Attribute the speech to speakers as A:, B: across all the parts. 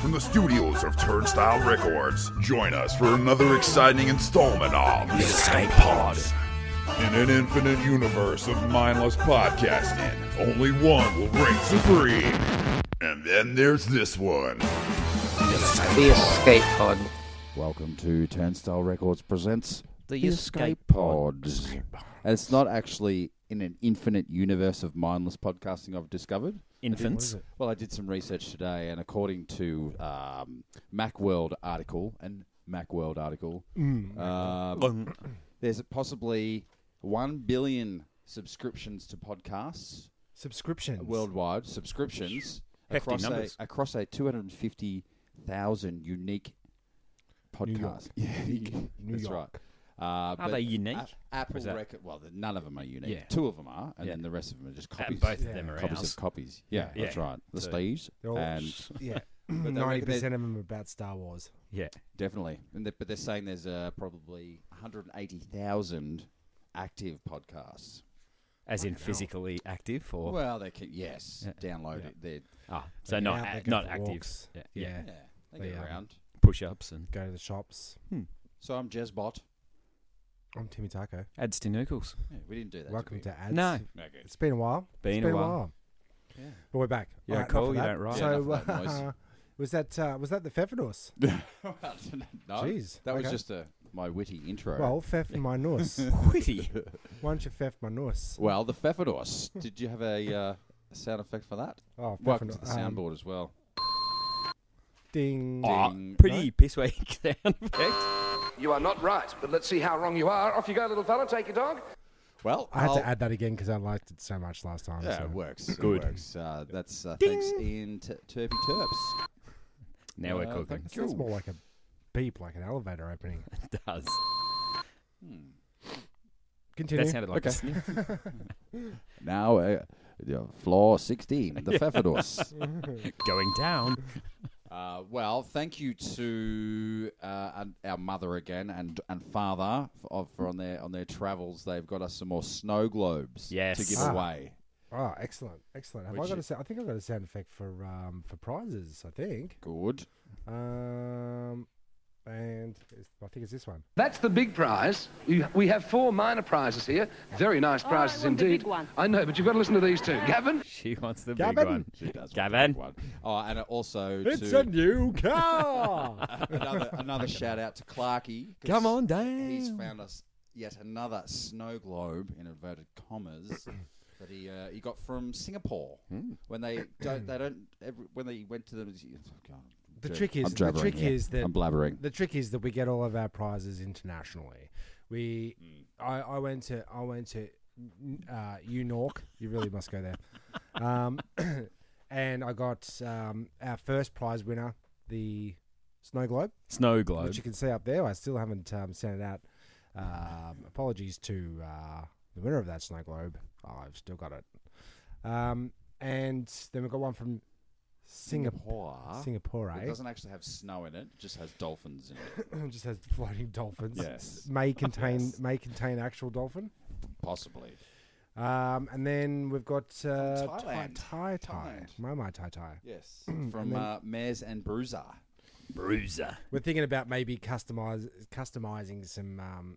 A: from the studios of Turnstile Records. Join us for another exciting installment of The Escape Pod. In an infinite universe of mindless podcasting, only one will reign supreme. And then there's this one.
B: The Escape Pod.
C: Welcome to Turnstile Records presents
D: The
C: Escape
D: Escape
C: Pods. And it's not actually in an infinite universe of mindless podcasting I've discovered.
D: infants.
C: Well, I did some research today, and according to um, MacWorld article and MacWorld article,
E: Mm.
C: um, there's possibly one billion subscriptions to podcasts
E: Subscriptions.
C: worldwide subscriptions
D: Hefty
C: across a,
D: numbers.
C: across a 250,000 unique podcasts. Yeah,
E: New
C: that's
E: York.
C: right. Uh, but
D: they unique?
C: A- Apple
D: is that-
C: record. Well, the- none of them are unique.
D: Yeah.
C: Two of them are, and
D: Yeah.
C: then the rest of them are just
D: Uh,
C: copies.
D: both of them are
C: copies
D: ours.
C: of copies. Yeah,
D: Yeah.
C: that's right. The
D: So-
C: Steves
E: They're all-
C: and
E: Yeah.
C: they
E: Ninety
C: reckon
E: percent of them are about Star Wars.
D: Yeah.
C: definitely. And they, but they're saying there's uh, probably 180,000 active podcasts.
D: As in physically active or
C: Well, they can yes,
D: Yeah.
C: download it. They're
D: ah, so
E: They get
D: not
E: out, they
D: a-
E: go
D: not
E: for
D: active.
E: walks.
D: Yeah.
E: Yeah.
C: yeah, they
E: They
C: get
E: are.
C: around.
D: Push-ups and
E: Go to the shops.
C: So I'm Jezbot.
E: I'm Timmy Taco.
D: adds to Nookles.
C: Yeah, we didn't do that.
E: Welcome to ads.
D: No.
C: Okay.
E: It's been a while.
D: Been
E: it's
D: a
E: been
D: while.
E: a while.
C: Yeah.
E: But we're back.
D: You
E: All
D: don't call,
E: enough of
D: you
E: that.
D: don't write.
C: Yeah,
E: So,
C: enough of that
E: uh,
C: noise.
E: was that uh, was that the Pfeffernuss?
C: no,
E: Jeez,
C: that was
E: okay.
C: just a, my witty intro.
E: Well, Pfeff my nuss.
D: Witty.
E: Why don't you Pfeff my nuss?
C: Well, the Pfeffernuss. Did you have a uh, sound effect for that?
E: Oh,
C: Welcome to
E: Pfeffernuss.
C: the
E: Um,
C: soundboard as well.
E: Ding.
C: Aw.
E: ding.
D: Pretty piss weak sound effect.
F: You are not right, but let's see how wrong you are. Off you go, little fella. Take your dog.
C: Well,
E: I had
C: I'll-
E: to add that again because I liked it so much last time.
C: Yeah,
E: so.
C: it works.
D: Good.
C: It works. Uh, that's uh, thanks, Ian T- Turpy Terps.
D: Now we're
C: Uh,
D: cooking.
E: It sounds more like a beep, like an elevator opening.
D: It does.
E: Continue.
D: That sounded like
C: Okay.
D: a sniff.
C: Now, uh, yeah, floor sixteen, the Pfeffernuss.
D: Going down.
C: Uh, well, thank you to uh, and our mother again and and father for, for on their on their travels. They've got us some more snow globes to
D: Yes.
C: give
E: Ah.
C: away.
E: Oh, excellent, excellent. Have
C: Which
E: I got
C: i-
E: a sound? I think I got a sound effect for um for prizes. I think.
C: Good.
E: Um, and it's, I think it's this one.
F: That's the big prize. You- We have four minor prizes here. Very nice
G: I
F: prizes
G: want the
F: indeed.
G: big one.
F: I know, but you've got to listen to these two. Gavin?
D: She wants the big
E: Gavin.
D: one.
C: She does. want
D: Gavin.
C: that One. Oh, and also
E: It's
C: to
E: a new car.
C: another another shout out to Clarky. 'cause
D: Come on
C: He's
D: down.
C: found us yet another snow globe in inverted commas. That he, uh, he got from Singapore when they don't they don't every, when they went to oh, them.
E: the trick is the trick is that
C: I'm blabbering.
E: the trick is that we get all of our prizes internationally. We, I, I went to I went to uh, Unork. You really must go there. Um, and I got um, our first prize winner, the snow globe.
D: Snow globe.
E: which you can see up there. I still haven't um, sent it out. Um, apologies to uh, the winner of that snow globe. I've still got it. Um, and then we've got one from Singapore. Singapore,
C: It
E: eh?
C: doesn't actually have snow in it; it just has dolphins in it.
E: It just has floating dolphins.
C: Yes.
E: May contain
C: Yes.
E: may contain actual dolphin.
C: Possibly.
E: Um, and then we've got uh,
C: Thailand.
E: Thai Thai Thai.
C: Thailand.
E: My my Thai Thai.
C: Yes. From uh, Mares and Bruiser.
D: Bruiser.
E: We're thinking about maybe customize customizing some um,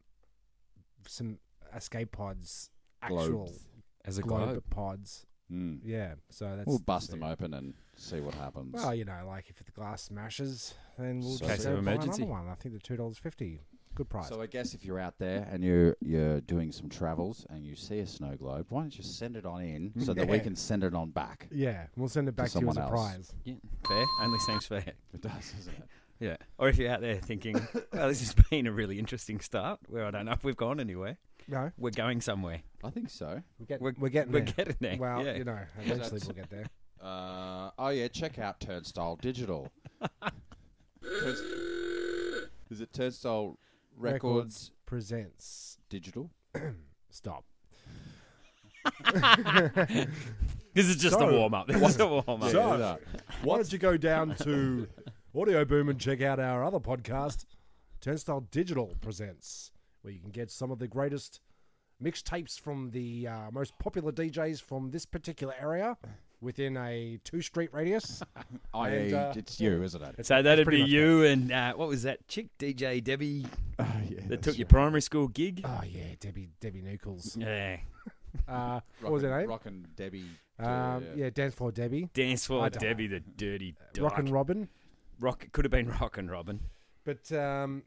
E: some escape pods actual
C: Globes.
D: As a
E: globe,
D: globe.
E: pods.
C: Mm.
E: Yeah, so that's
C: We'll bust them open and see what happens.
E: Well, you know, like if the glass smashes, then we'll
C: So-
E: just
C: Case
E: go
C: of
E: buy
D: emergency.
E: Another one. I think the two dollars fifty, good price.
C: so I guess if you're out there and you're you're doing some travels and you see a snow globe, why don't you send it on in so that we
E: Yeah.
C: can send it on back?
E: yeah, we'll send it back to you as
C: someone
E: a
C: else.
E: prize.
D: Yeah. Fair. Only seems fair.
C: It does, isn't it?
D: Yeah. Or if you're out there thinking, well, this has been a really interesting start where I don't know if we've gone anywhere.
E: No,
D: We're going somewhere.
C: I think so.
E: we're getting
D: We're,
E: we're, getting
D: we're
E: there.
D: getting there.
E: well,
D: yeah.
E: you know, eventually we'll get there.
C: Uh, oh yeah, check out Turnstile Digital. Turnst- Is it Turnstile Records
E: presents.
C: Digital?
E: Stop.
D: This is just a
E: So-
D: warm up. It was a warm up.
E: So, why don't you go down to Audio Boom and check out our other podcast, Turnstile Digital Presents, where you can get some of the greatest mixtapes from the uh, most popular DJs from this particular area within a two street radius.
C: I,
E: And, uh,
C: it's you, isn't it?
D: So that'd
E: pretty
D: be
E: much
D: you and uh, what was that chick, DJ Debbie,
C: yeah,
D: that took your primary school gig?
E: oh yeah, Debbie Debbie Nichols.
D: Yeah.
E: Uh, what was her name?
C: Rockin' Debbie.
E: um, yeah. Dance Floor Debbie.
D: Dance
E: I
D: for
E: don't
D: Debbie, the dirty
E: Rock and
D: dyke.
E: Robin.
D: Rock could have been Rock and Robin.
E: But um,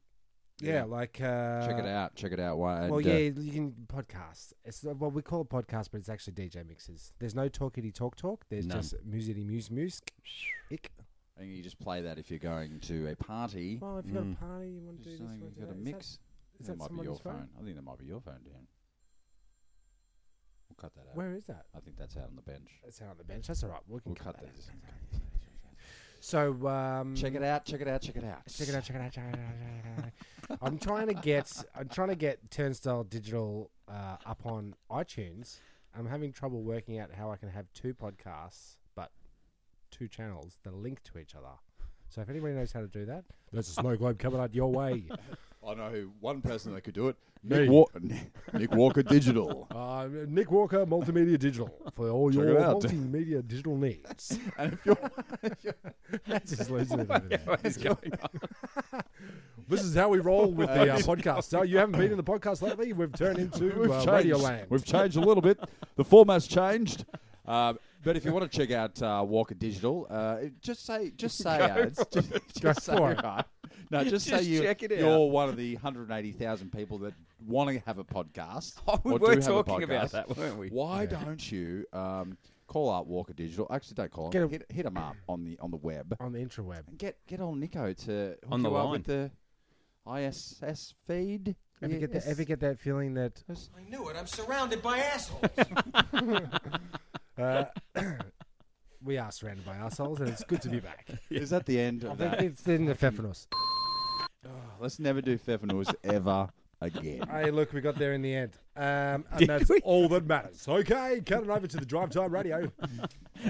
E: yeah,
C: Yeah.
E: like uh,
C: Check it out. Check it out. Why?
E: Well,
C: and,
E: yeah,
C: uh,
E: you can podcast. It's uh, well, we call it podcast, but it's actually DJ mixes. There's no talkity talk talk. There's
D: None.
E: just musity muse music. Ick.
C: uh, and you just play that if you're going to a party.
E: Well, if you got a party, you want to do
C: Mm. Just
E: this.
C: saying,
E: wanna
C: you've
E: do
C: got a
E: that. Is that-
C: mix.
E: is
C: that
E: that
C: might be your
E: somebody's
C: phone.
E: phone?
C: I think that might be your phone, Dan. We'll cut that out.
E: Where is that?
C: I think that's out on the bench.
E: It's out on the bench. That's all right. We can
C: We'll
E: cut,
C: cut
E: that.
C: these.
E: out. So um,
C: Check it out. Check it out. Check it out.
E: Check it out. Check it out. Check it out. Check it out, check it out. I'm trying to get. I'm trying to get Turnstile Digital uh, up on iTunes. I'm having trouble working out how I can have two podcasts, but two channels that link to each other. So if anybody knows how to do that, there's a snow globe coming out your way.
C: I know who- one person that could do it. Nick, Wa- Nick Walker Digital.
E: Uh, Nick Walker Multimedia Digital for all
C: Check
E: your
C: it out.
E: multimedia digital needs.
C: and if you're
E: That's just loads of it over there.
D: What is going on?
E: This is how we roll with the uh, podcast. So you haven't been in the podcast lately. We've turned into uh, Radio Land.
C: We've changed a little bit. The format's changed. Um, but if you want to check out uh, Walker Digital, uh, just say just say uh, it's just,
E: Go
C: just say
E: for it.
C: right. No, just, say
D: Just
C: you,
D: check it out.
C: you're one of the 180,000 people that want to have a podcast.
D: Oh, we
C: or do
D: were
C: have a
D: talking about
C: podcast.
D: that, weren't we?
C: Why don't you um, call up Walker Digital? Actually, don't call
E: Get
C: him.
E: a-
C: Hit, hit him up on the on the web.
E: on the intraweb.
C: And get get old Nico to hook
D: On the
C: you up
D: line.
C: with the ISS feed.
E: Ever get that? Ever get that feeling that?
G: I knew it. I'm surrounded by assholes.
E: Uh, we are surrounded by ourselves, and it's good to be back.
C: Is that the end of that?
E: it's in the Pfeffernuss.
C: Let's never do Pfeffernuss ever again.
E: Hey, look, we got there in the end, um, and that's all that matters. Okay, cut it over to the drive time radio.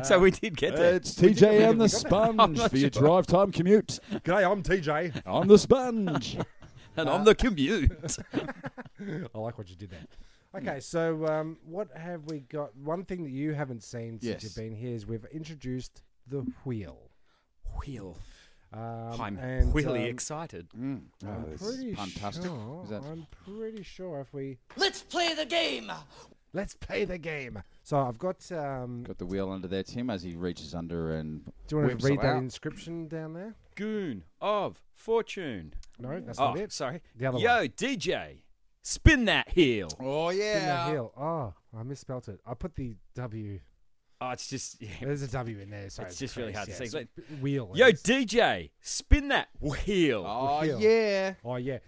D: so we did get there.
C: It's TJ and the Sponge for your drive time commute.
E: G'day, I'm TJ.
C: I'm the Sponge.
D: and
E: Uh,
D: I'm the commute.
E: I like what you did there. Okay, so um, what have we got? One thing that you haven't seen since
C: Yes.
E: you've been here is we've introduced the wheel.
D: Wheel.
E: Um,
D: I'm
E: and,
D: really
E: um,
D: excited.
E: I'm pretty
C: fantastic.
E: sure.
C: Is that-
E: I'm pretty sure if we
G: Let's play the game.
E: let's play the game. So I've got. Um,
C: Got the wheel under there, Tim, as he reaches under and.
E: do you want
C: whips
E: to read
C: it
E: that
C: out.
E: inscription down there?
D: Goon of Fortune.
E: No, that's
D: Oh,
E: not it.
D: sorry.
E: The other
D: Yo,
E: one.
D: DJ, spin that heel.
C: Oh
E: Spin that
C: yeah.
E: heel. Oh, I misspelt it. I put the W.
D: Oh, it's just. yeah.
E: There's a W in there. Sorry,
D: It's just really hard to
E: Christ,
D: say.
E: yes. Wheel.
D: Yo,
E: yes.
D: DJ, spin that wheel. Oh,
C: Oh
E: Heel.
C: yeah.
E: oh yeah.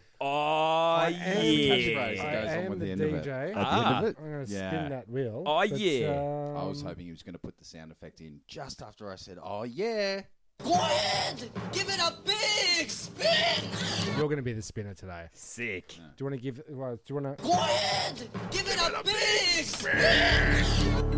D: yeah.
C: catchphrase.
E: I
C: goes on
E: am
C: with
E: the,
C: the end of it.
E: DJ.
C: At the end of it.
E: I'm gonna
C: Yeah.
E: spin that wheel.
D: Oh,
E: but,
D: yeah.
E: Um,
C: I was hoping he was going to put the sound effect in just after I said, "Oh yeah."
G: Go ahead. Give it a big spin.
E: you're going to be the spinner today.
D: Sick.
E: Do you want to give? Well, do you want to?
G: Go ahead. Give it a big spin.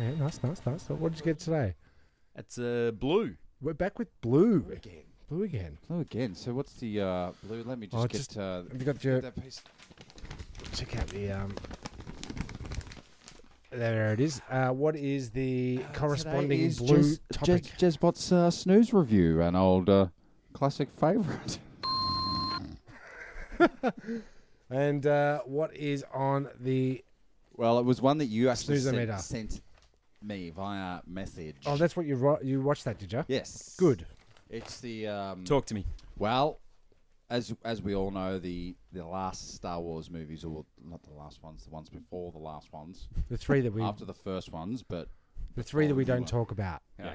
E: Yeah, nice, nice, nice. So what did you get today?
D: That's uh, blue.
E: We're back with blue again. Blue again.
C: Blue again. So what's the uh, blue? Let me just
E: Oh,
C: get
E: just-
C: uh,
E: Have you got your?
C: that piece.
E: Check out the um. There it is. Uh, what is the corresponding
C: is
E: blue
C: Jez,
E: topic?
C: Jez, Jezbot's uh, snooze review, an old uh, classic favourite.
E: and uh, what is on the?
C: Well, it was one that you actually
E: Snoozometer.
C: sent, sent me via message.
E: Oh, that's what you ro- you watched that, did you?
C: yes,
E: Good.
C: It's the um,
D: Talk to me.
C: well, as as we all know, the the last Star Wars movies, or not the last ones, the ones before the last ones,
E: The three that we
C: after the first ones, but
E: the three that we
C: before the
E: don't
C: new one.
E: talk about.
D: Yeah,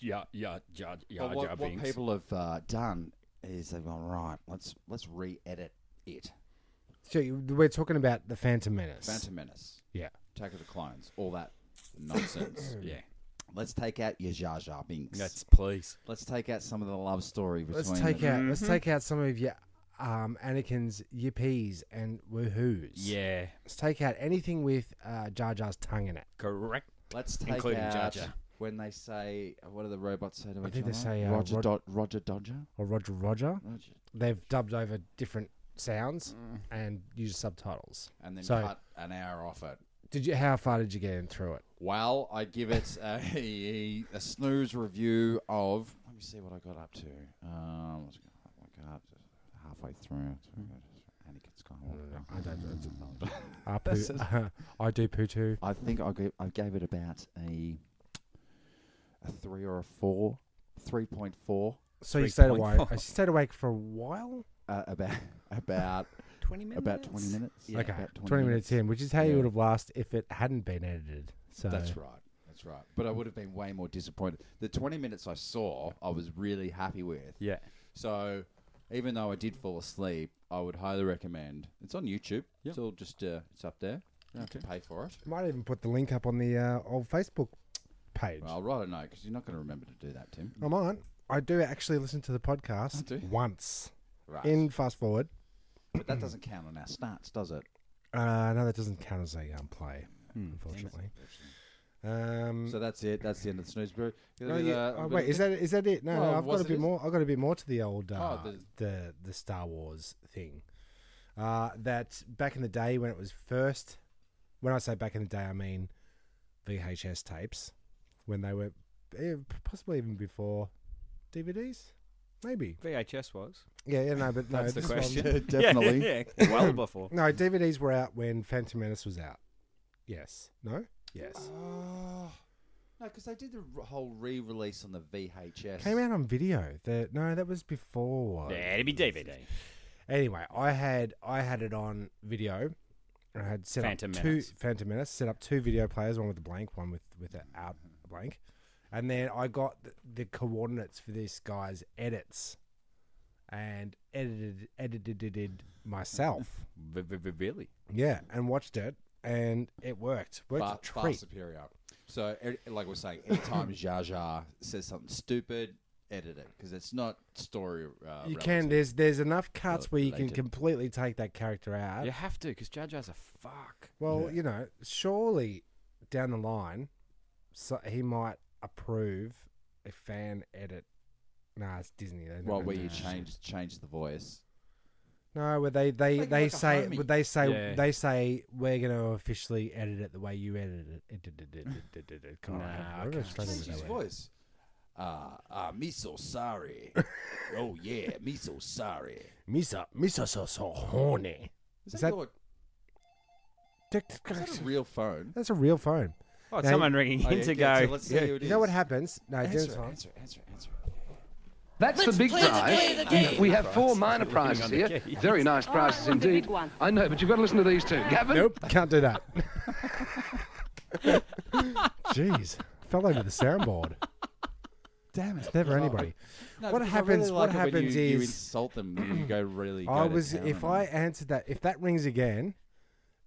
D: yeah, yeah, yeah, yeah.
C: But what, what people have uh, done is they've gone right. Let's let's re-edit it.
E: So you- we're talking about the Phantom Menace.
C: Phantom Menace,
E: Yeah.
C: Attack of the Clones, all that nonsense.
D: yeah,
C: Let's take out your Jar Jar Binks.
D: that's please.
C: Let's take out some of the love story between.
E: Let's take
C: the-
E: out. Let's take out some of your um, Anakin's yippees and woohoos.
D: Yeah.
E: Let's take out anything with uh, Jar Jar's tongue in it.
D: Correct.
C: Let's take
D: Including
C: out
D: Jar Jar.
C: when they say what do the robots say to each
E: think they
C: other?
E: say, uh,
C: Roger,
E: Rod-
C: Dod- Roger Dodger.
E: Or Roger Roger.
C: Roger.
E: They've dubbed over different sounds
C: Mm.
E: and used subtitles.
C: And then
E: So-
C: cut an hour off it.
E: Did you? How far did you get in through it?
C: Well, I give it a, a snooze review of. Let me see what I got up to. Um, what's it got- I got up to halfway through. Anakin
E: Mm.
C: Skywalker. I don't know.
E: I, poo, I do poo too.
C: I think I gave, I gave it about a a three or a four, three point four.
E: So you stayed awake. I stayed awake for a while.
C: Uh, about about
D: 20 minutes?
C: about twenty minutes. Yeah,
E: okay,
C: about
E: twenty, minutes. in, which is how you
C: Yeah.
E: would have last if it hadn't been edited. So
C: That's right. That's right. But I would have been way more disappointed. The twenty minutes I saw, I was really happy with.
D: Yeah.
C: So, even though I did fall asleep, I would highly recommend. It's on YouTube. It's all just uh, it's up there. You don't have to pay for it.
E: Might even put the link up on the uh, old Facebook page.
C: Well, I'll write a note because you're not going to remember to do that, Tim.
E: I might. I do actually listen to the podcast
C: do you?
E: once.
C: Right.
E: In fast forward.
C: but that doesn't count on our stats, does it?
E: Uh, no, that doesn't count as a um, play,
C: Hmm.
E: unfortunately. Um,
C: So that's it. That's the end of the snooze brew.
E: oh, yeah. Oh, wait, is that is that it? No, no,
C: Well,
E: I've
C: was
E: got a
C: it
E: bit
C: is-
E: more. I've got a bit more to the old uh,
C: Oh,
E: the...
C: the-
E: the Star Wars thing. Uh, that back in the day when it was first, when I say back in the day, I mean VHS tapes when they were eh, possibly even before DVDs, maybe.
D: VHS was.
E: Yeah, yeah, no, but no,
D: That's the
E: this one-
D: question.
C: definitely.
D: Yeah, yeah. Well before.
E: No, DVDs were out when Phantom Menace was out. Yes. No. Yes.
C: Oh. No, because they did the r- whole re-release on the VHS.
E: Came out on video. The, no, that was before.
D: Yeah, it'd be DVD.
E: Anyway, I had I had it on video. I had set
D: Phantom
E: up two
D: Menace.
E: Phantom Menace. Set up two video players, one with a blank, one with with an out blank, and then I got the, the coordinates for this guy's edits, and edited edited it myself.
D: V- v- v- Really?
E: yeah, and watched it, and it worked. Worked
C: far,
E: a
C: far
E: treat.
C: superior. So, e- like we're saying, anytime Jar Jar says something stupid, edit it because it's not story. Uh,
E: You
C: relevant.
E: can. There's there's enough cuts
C: Rel-
E: where you can
C: related.
E: completely take that character out.
D: You have to, because Jar Jar's a fuck.
E: Well, you know, surely down the line, so he might approve a fan edit. Nah, it's Disney. They
C: Well,
E: never
C: where
E: do
C: you
E: that.
C: change change the voice.
E: No, where they they,
C: Make it
E: they
C: like a
E: say
C: homie.
E: would they say
D: Yeah.
E: they say we're going to officially edit it the way you edited it. Come on,
D: Nah,
E: I
D: I
E: really
D: can't
E: struggle
C: Change
E: with
C: his
E: that word.
C: voice. Ah, ah, me so sorry. oh yeah, me so sorry.
E: Misa, Misa, so so horny.
C: Is,
E: Is
C: that,
E: that-
C: your- is that a real phone?
E: That's a real phone.
D: Oh,
E: Now-
D: someone ringing
C: Oh,
D: in
C: yeah,
D: to
C: yeah, so
D: go.
C: let's see who it
E: You know what
C: is.
E: happens? No,
C: Answer,
E: Jen's
C: it,
E: fine.
C: answer, it, answer, it, answer. it.
F: That's
G: Let's
F: the big
G: play the
F: prize.
G: game, the game.
F: We have four minor prizes
D: the
F: here.
D: keys.
F: Very nice prizes
H: I want the
F: indeed.
H: big one.
F: I know, but you've got to listen to these two. Gavin,
E: Nope, can't do that. Jeez, fell over the soundboard. Damn it! It's never anybody.
C: No,
E: what
C: because I
E: happens?
C: really
E: what
C: like it when
E: happens
C: you, you
E: is
C: insult them. when You go really. Go
E: I
C: to
E: was.
C: town
E: If
C: on
E: I
C: them.
E: answered that, if that rings again,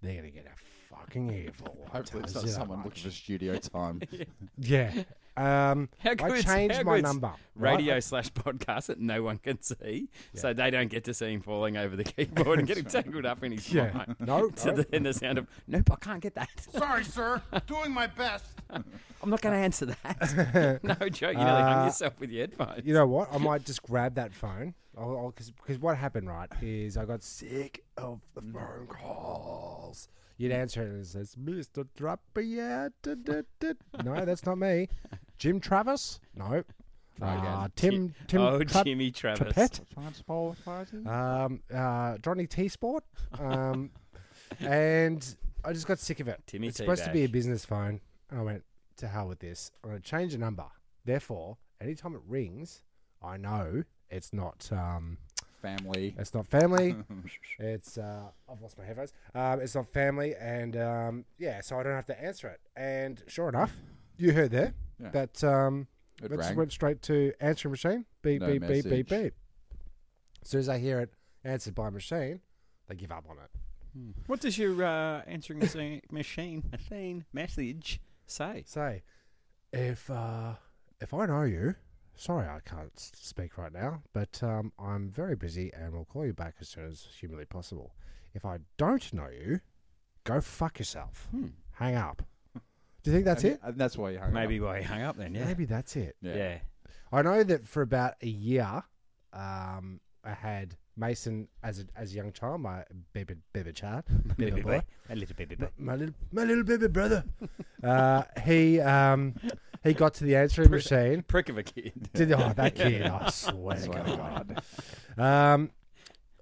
E: they're gonna get a fucking earful. I
C: hopefully it's
E: tells
C: not
E: you that
C: someone
E: much.
C: looking for studio time.
E: Yeah. Um,
D: How
E: I
D: good's-
E: changed
D: how
E: my
D: good's
E: number. right?
D: Radio slash podcast that no one can see, so they don't get to see him falling over the keyboard and getting tangled up in his
E: Yeah.
D: phone.
E: No,
D: to
E: no.
D: the, in the sound of nope, I can't get that.
I: Sorry, sir. Doing my best.
D: I'm not going to answer that. no joke, you nearly hung yourself with your headphones.
E: Uh, You know what? I might just grab that phone. I'll because what happened right is I got sick of the phone calls. You'd answer it and it says, "Mr. Trapper, yeah." duh, duh, duh." No, that's not me. Jim Travis? No. Uh, Tim Tim
D: oh,
E: Tra-
D: Jimmy Travis.
E: Trappett? Um, uh, Johnny T Sport. Um, and I just got sick of it.
D: Timmy
E: it's supposed to be a
D: Teabag.
E: business phone. And I went, to hell with this. I'm going to change the number. Therefore, anytime it rings, I know it's not um,
C: Family.
E: it's not family. it's uh, I've lost my headphones. Um, it's not family, and um, yeah, so I don't have to answer it. And sure enough, you heard there
C: Yeah.
E: that um,
C: It
E: it
C: rang.
E: went straight to answering machine. Beep
C: No
E: beep beep beep
C: message.
E: beep. As soon as I hear it answered by machine, they give up on it.
D: What does your uh, answering machine, machine, machine message say?
E: Say, if uh, if I know you, sorry, I can't s- speak right now, but um, I'm very busy and will call you back as soon as humanly possible. If I don't know you, go fuck yourself.
D: Hmm.
E: Hang up. Do you think that's it?
C: And that's why you hung
D: Maybe
C: up.
D: why he hung up then, yeah.
E: Maybe that's it.
C: Yeah.
D: Yeah.
E: I know that for about a year, um, I had Mason as a, as a young child, my baby baby child, baby
D: Baby
E: boy,
D: boy. A little baby boy.
E: my little my little baby brother. uh, he um, he got to the answering machine.
D: Prick of a kid.
E: Did oh that kid? I swear to God. Um,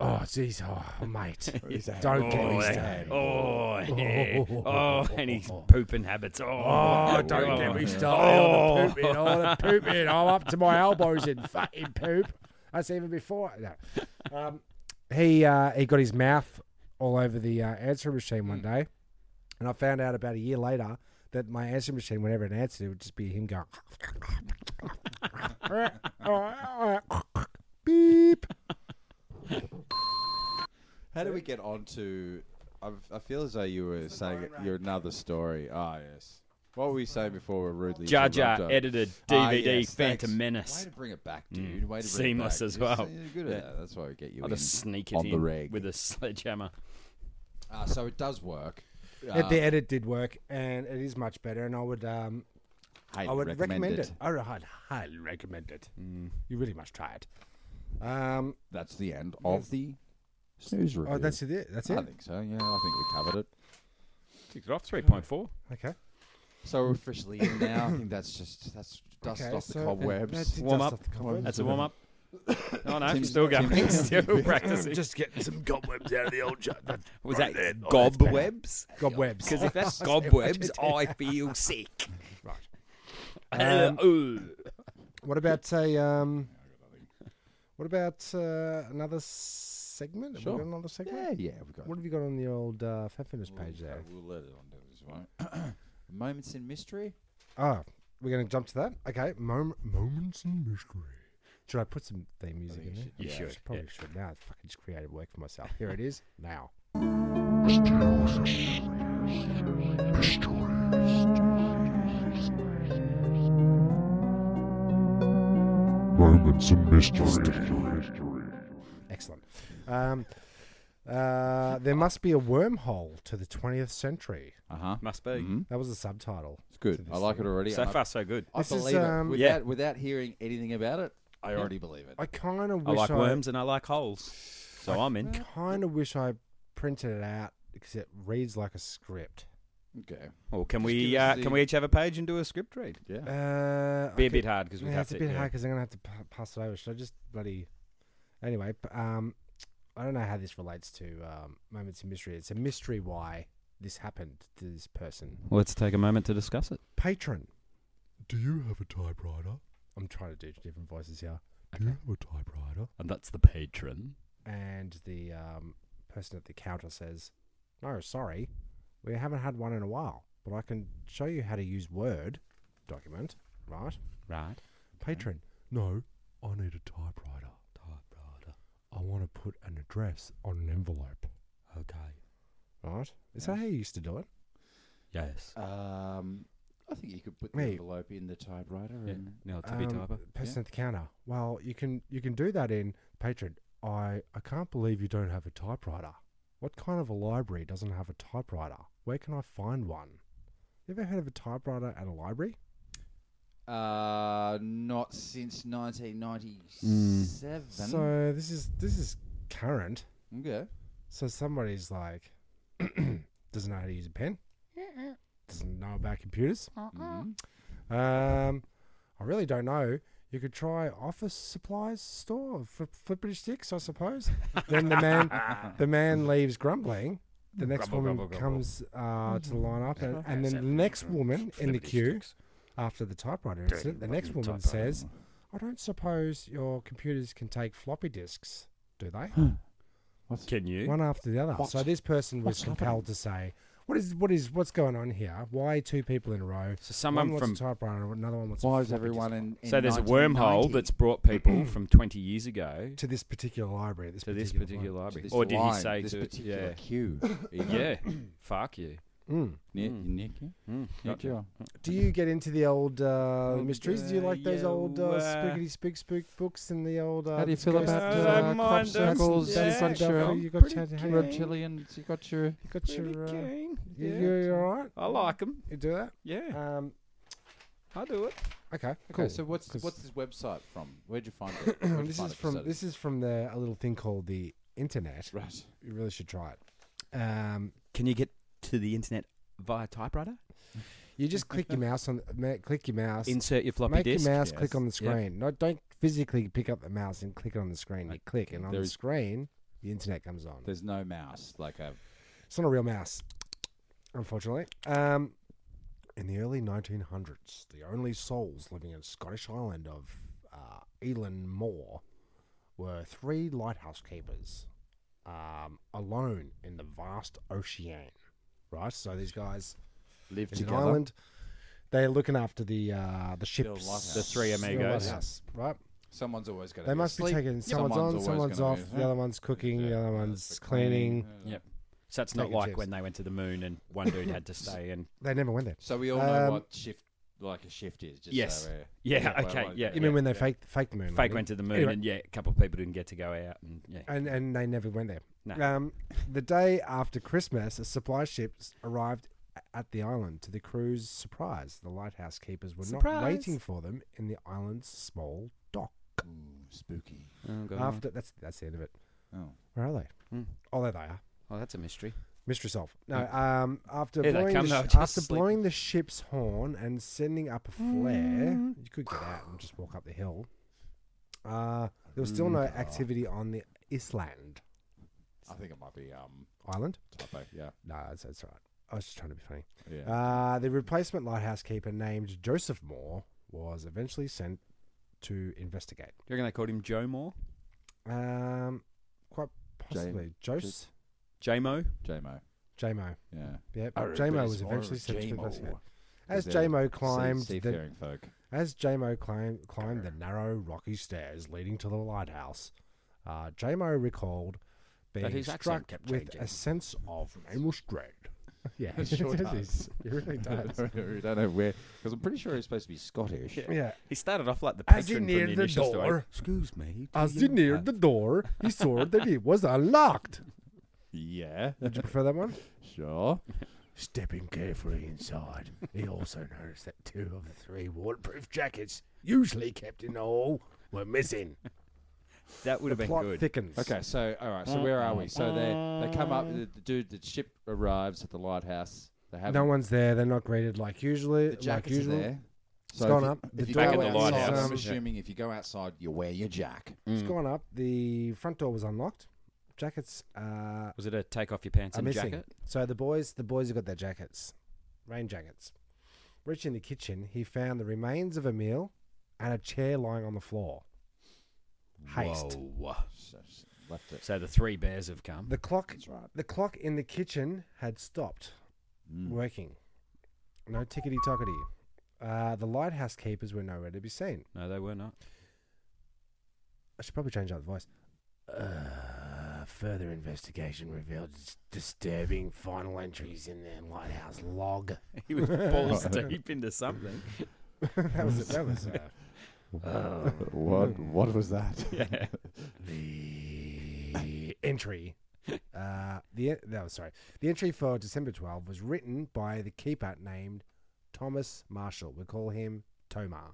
E: oh jeez, oh mate, don't get me
D: that-
E: started.
D: Oh, yeah.
E: Oh.
D: Oh, and he's pooping habits. Oh,
E: Oh, don't get me started on the poop in. Oh, the poop in. I'm up to my elbows in fucking poop. That's even before. No. Um, he uh, he got his mouth all over the uh, answering machine one day, and I found out about a year later that my answering machine, whenever it answered, it would just be him going. Beep.
C: How do we get on to? i I feel as though you were saying you're another story. Ah, yes. What were we saying before we were rudely
D: Jar Jar
C: interrupted?
D: edited
C: Ah,
D: DVD
C: yes,
D: Phantom
C: thanks.
D: Menace.
C: Way to bring it back,
E: Mm.
C: dude. Way to bring it
D: Seamless
C: back.
D: as
C: You're so-
D: well.
C: You're good at
D: Yeah.
C: that. That's why we get you
D: I'll
C: in
D: just sneak it
C: on
D: in
C: the reg.
D: with a sledgehammer.
C: uh, so it does work. Uh,
E: It- the edit did work, and it is much better. And I would um,
C: highly
E: I would recommend, it.
C: it.
E: I would highly- highly recommend it.
C: Mm.
E: You really must try it. Um,
C: That's the end of the snooze review.
E: oh, that's it. That's
C: I
E: it.
C: think so. Yeah, I think we covered it.
D: Ticked it off 3.4.
E: Okay.
C: So we're officially in now. I think that's just that's dust
E: Okay,
C: off the
E: so-
C: cobwebs.
E: That's-
D: Warm
E: dust
D: up.
E: off the cobwebs.
D: That's a warm up. Oh, no,
C: Tim's-
D: still going.
C: Tim's-
D: Still practicing.
E: Just getting some
I: Cobwebs out of the old jar.
D: Was that gobwebs?
E: cobwebs.
D: Because if that's cobwebs, I feel sick. Right.
E: Um, What about a um? What about uh, another segment? Have we got another
C: yeah,
E: segment?
C: yeah, we got.
E: What have you got on the old uh, Fat Fitness page there?
C: We'll let it on to this one. Moments in mystery.
E: Oh, we're going to jump to that. Okay, Mom- moments in mystery. Should I put some theme music in there? Yeah,
D: You
E: I
D: should,
E: Probably should. Now I fucking just created work for myself. Here it is. Now.
A: Moments of mystery.
E: Excellent. Um, uh, there must be a wormhole to the 20th century.
C: Uh huh.
D: Must be.
E: That was the subtitle.
C: It's good. I like it already.
D: Uh-huh. So
C: and I-
D: far, so good.
C: I
E: This is,
C: believe
E: um,
C: it without
D: Yeah.
C: without hearing anything about it. I already believe it.
E: I kind of
D: I
E: wish
D: like
E: I,
D: worms and I like holes. So I'm in.
E: kind of wish I printed it out because it reads like a script.
C: Okay.
D: Well, can
C: give
D: we
C: us
D: uh,
C: the-
D: can we each have a page and do a script read?
C: Yeah.
E: Uh,
D: Oh. Be
E: I
D: a bit hard because we
E: Yeah,
D: have
E: it's
D: to.
E: a bit
D: yeah.
E: hard because I'm gonna have to p- pass it over. Should I just bloody? Anyway, p- um, I don't know how this relates to um, moments in mystery. It's a mystery why this happened to this person.
D: Let's take a moment to discuss it.
E: Patron,
H: Do you have a typewriter?
E: I'm trying to do different voices here,
H: Do you have a typewriter?
D: And that's the patron.
E: and the um, person at the counter says, "No, sorry, we haven't had one in a while, but I can show you how to use Word document, right?"
D: Right.
E: Patron,
H: No, I need a typewriter. Typewriter. I want to put an address on an envelope.
D: Okay.
E: right? Is that how you used to do it?
D: Yes.
C: Um, I think you could put the
E: Mate.
C: envelope in the typewriter. And
D: No, it's
E: Um, Person at the counter. Well, you can you can do that in Patron.
H: I, I can't believe you don't have a typewriter.
E: What kind of a library doesn't have a typewriter? Where can I find one? You ever heard of a typewriter at a library?
C: uh, not since 1997.
E: Mm. So this is this is current.
C: okay.
E: So somebody's like doesn't know how to use a pen. Doesn't know about computers. Um, I really don't know. You could try office supplies store, flip, flippity sticks, I suppose. then the man, the man leaves grumbling. The next woman comes uh, to the lineup, and, and then the next woman in the queue after the typewriter incident. The next woman says, "I don't suppose your computers can take floppy disks, do they?"
D: Can you?
E: one after the other. So this person was compelled to say, "What is what is what's going on here? Why two people in a row?
D: So someone
E: one
D: from
E: wants a typewriter, and another one wants
C: Why
E: a
C: is
E: floppy
C: everyone
E: disk
C: in, in
D: so there's a wormhole
C: 1990?
D: that's brought people from 20 years ago
E: to this particular library? This
D: to this
E: particular
D: particular
E: one.
D: library,
C: this
D: or did he
C: line,
D: say
C: this
D: to
C: particular
D: yeah, Mm.
C: queue? even.
D: yeah, fuck you.
C: Nick, Nick, Nick, yeah.
E: Hmm. Do you get into the old uh, mysteries? Do you
D: uh,
E: like those
D: yeah,
E: old uh,
D: uh,
E: spookity spook spook books and the old? Uh,
B: How do you feel
E: ghost-
B: about
D: I
B: uh,
D: don't
B: crop
D: mind them.
B: circles?
D: Yeah.
B: You got
E: Delphi,
B: your
E: you got your, how do you-
B: reptilians.
E: Mm.
B: You got your.
E: you got your, uh, you,
D: Keen, yeah.
E: you, are all right.
D: I like them.
E: You do that.
D: Yeah,
E: Um,
D: I do it.
E: okay, cool.
C: Okay, so what's
E: 'Cause-
C: what's this website from? Where'd you find it? Where'd you
E: this
C: find
E: is
C: it
E: from
C: presented?
E: this is from the a little thing called the internet.
C: right.
E: You really should try it. Um,
D: Can you get to the internet via typewriter?
E: you just click your mouse on ma- click your mouse.
D: Insert your floppy
E: Make
D: disk.
E: your mouse
D: Yes.
E: click on the
D: Yep.
E: screen. No, don't physically pick up the mouse and click it on the screen. You click, and on
C: there
E: the
C: is-
E: screen, the internet comes on.
C: There's no mouse. Like a
E: It's not a real mouse, unfortunately. Um, in the early 1900s, the only souls living in Scottish island of uh, Elin Moor were three lighthouse keepers um, alone in the vast ocean. Right, so these guys
C: live
E: it's an
C: together.
E: island. They're looking after the uh, the ships,
C: lighthouse. The
D: three amigos.
E: lighthouse, right?
C: Someone's always going to.
E: They must be
C: asleep.
E: taking someone's, on,
C: Someone's always
E: someone's
C: gonna
E: off,
C: be
E: the other one's cooking, the other one's cleaning.
D: Yep. So it's
E: Take
D: not
E: a
D: like
E: chips.
D: when they went to the moon and one dude had to stay and
E: They never went there.
C: So we all know
E: Um,
C: what shift, like a shift is. Just
D: Yes.
C: So we're-
D: uh, yeah,
C: Yeah,
D: okay,
C: well,
D: yeah.
E: You mean
D: yeah.
E: when they faked fake the moon?
D: fake
E: landing?
D: went to the moon
E: Anyway. Uh,
D: and yeah, a couple of people didn't get to go out and yeah.
E: and and they never went there.
D: No.
E: Um, the day after Christmas, a supply ship s- arrived a- at the island. To the crew's surprise, the lighthouse keepers were
D: Surprise.
E: not waiting for them in the island's small dock.
C: spooky.
D: Oh,
E: after that's that's the end of it.
C: Oh.
E: Where are they?
D: Uh-huh. Hmm.
E: Oh, there they are.
D: Oh, that's a mystery.
E: Mistress Elf. No,
C: Mm.
E: um, after
D: Here they
E: blowing
D: come,
E: the
D: they're
E: sh-
D: just
E: after
D: asleep.
E: blowing the ship's horn and sending up a flare,
C: Mm.
E: you could get out and just walk up the hill. Uh, there was
C: Mm.
E: still no activity on the Island
C: I think it might be um
E: Island.
C: typo. Yeah.
E: No, that's, that's all right. I was just trying to be funny.
C: Yeah.
E: Uh, the replacement lighthouse keeper named Joseph Moore was eventually sent to investigate.
D: You reckon they called him Joe Moore?
E: Um, quite possibly. Jose?
D: J-Mo?
C: JMO.
E: JMO.
C: Yeah.
E: Yep.
C: I
E: JMO
C: really
E: was
C: smart,
E: eventually sent to
C: JMO.
E: investigate. As
C: Is there
E: JMO climbed
C: sea-
E: the,
C: Seafaring folk.
E: as JMO climbed, climbed the narrow rocky stairs leading to the lighthouse, uh, JMO recalled being
D: his accent
E: struck
D: kept
E: with
D: changing.
E: a sense of nameless dread. Yeah,
C: It sure
E: it
C: does.
E: is. It really does.
C: we don't know where, because I'm pretty sure he's supposed to be Scottish.
E: yeah.
D: He started off like the patron
E: As he
D: from
E: neared
D: the
E: the
D: initial
E: door-
D: story. Excuse me. do
E: As
D: you
E: he neared
D: have-
E: the door, he saw that it was unlocked.
C: Yeah.
E: Would you prefer that one?
C: Sure.
E: Stepping carefully inside, he also noticed that two of the three waterproof jackets, usually kept in the hall, were missing.
D: That would have been
E: Plot
D: good.
E: thickens.
C: Okay, so all right, so where are we? So they they come up. The, the dude, the ship arrives at the lighthouse. They have
E: No one's there. They're not greeted like usually.
C: The
E: like
C: jackets
E: usual.
C: are there.
E: It's gone
C: if you-
E: up. The
C: if you
E: Back
C: go
D: in the
C: outside,
D: lighthouse.
C: I'm
E: Um, Mm.
C: assuming if you go outside, you wear your jack.
E: It's gone up. The front door was unlocked. Jackets uh, are
D: Was it a take off your pants and
E: missing.
D: jacket?
E: So the boys, the boys have got their jackets, rain jackets. Reaching the kitchen, he found the remains of a meal and a chair lying on the floor. Haste.
D: Whoa.
C: So, s- left it.
D: So the three bears have come.
E: The clock, the clock in the kitchen had stopped
C: Mm. Hmm.
E: working. No tickety tockety. Uh, the lighthouse keepers were nowhere to be seen.
D: No, they were not.
E: I should probably change out the voice. Uh, further investigation revealed dis- disturbing final entries in their lighthouse log.
D: He was balls deep into something.
E: that was that was. Uh, Um,
C: What what was that?
E: the entry. Uh, the that was sorry. The entry for December 12 was written by the keeper named Thomas Marshall. We call him Tomar.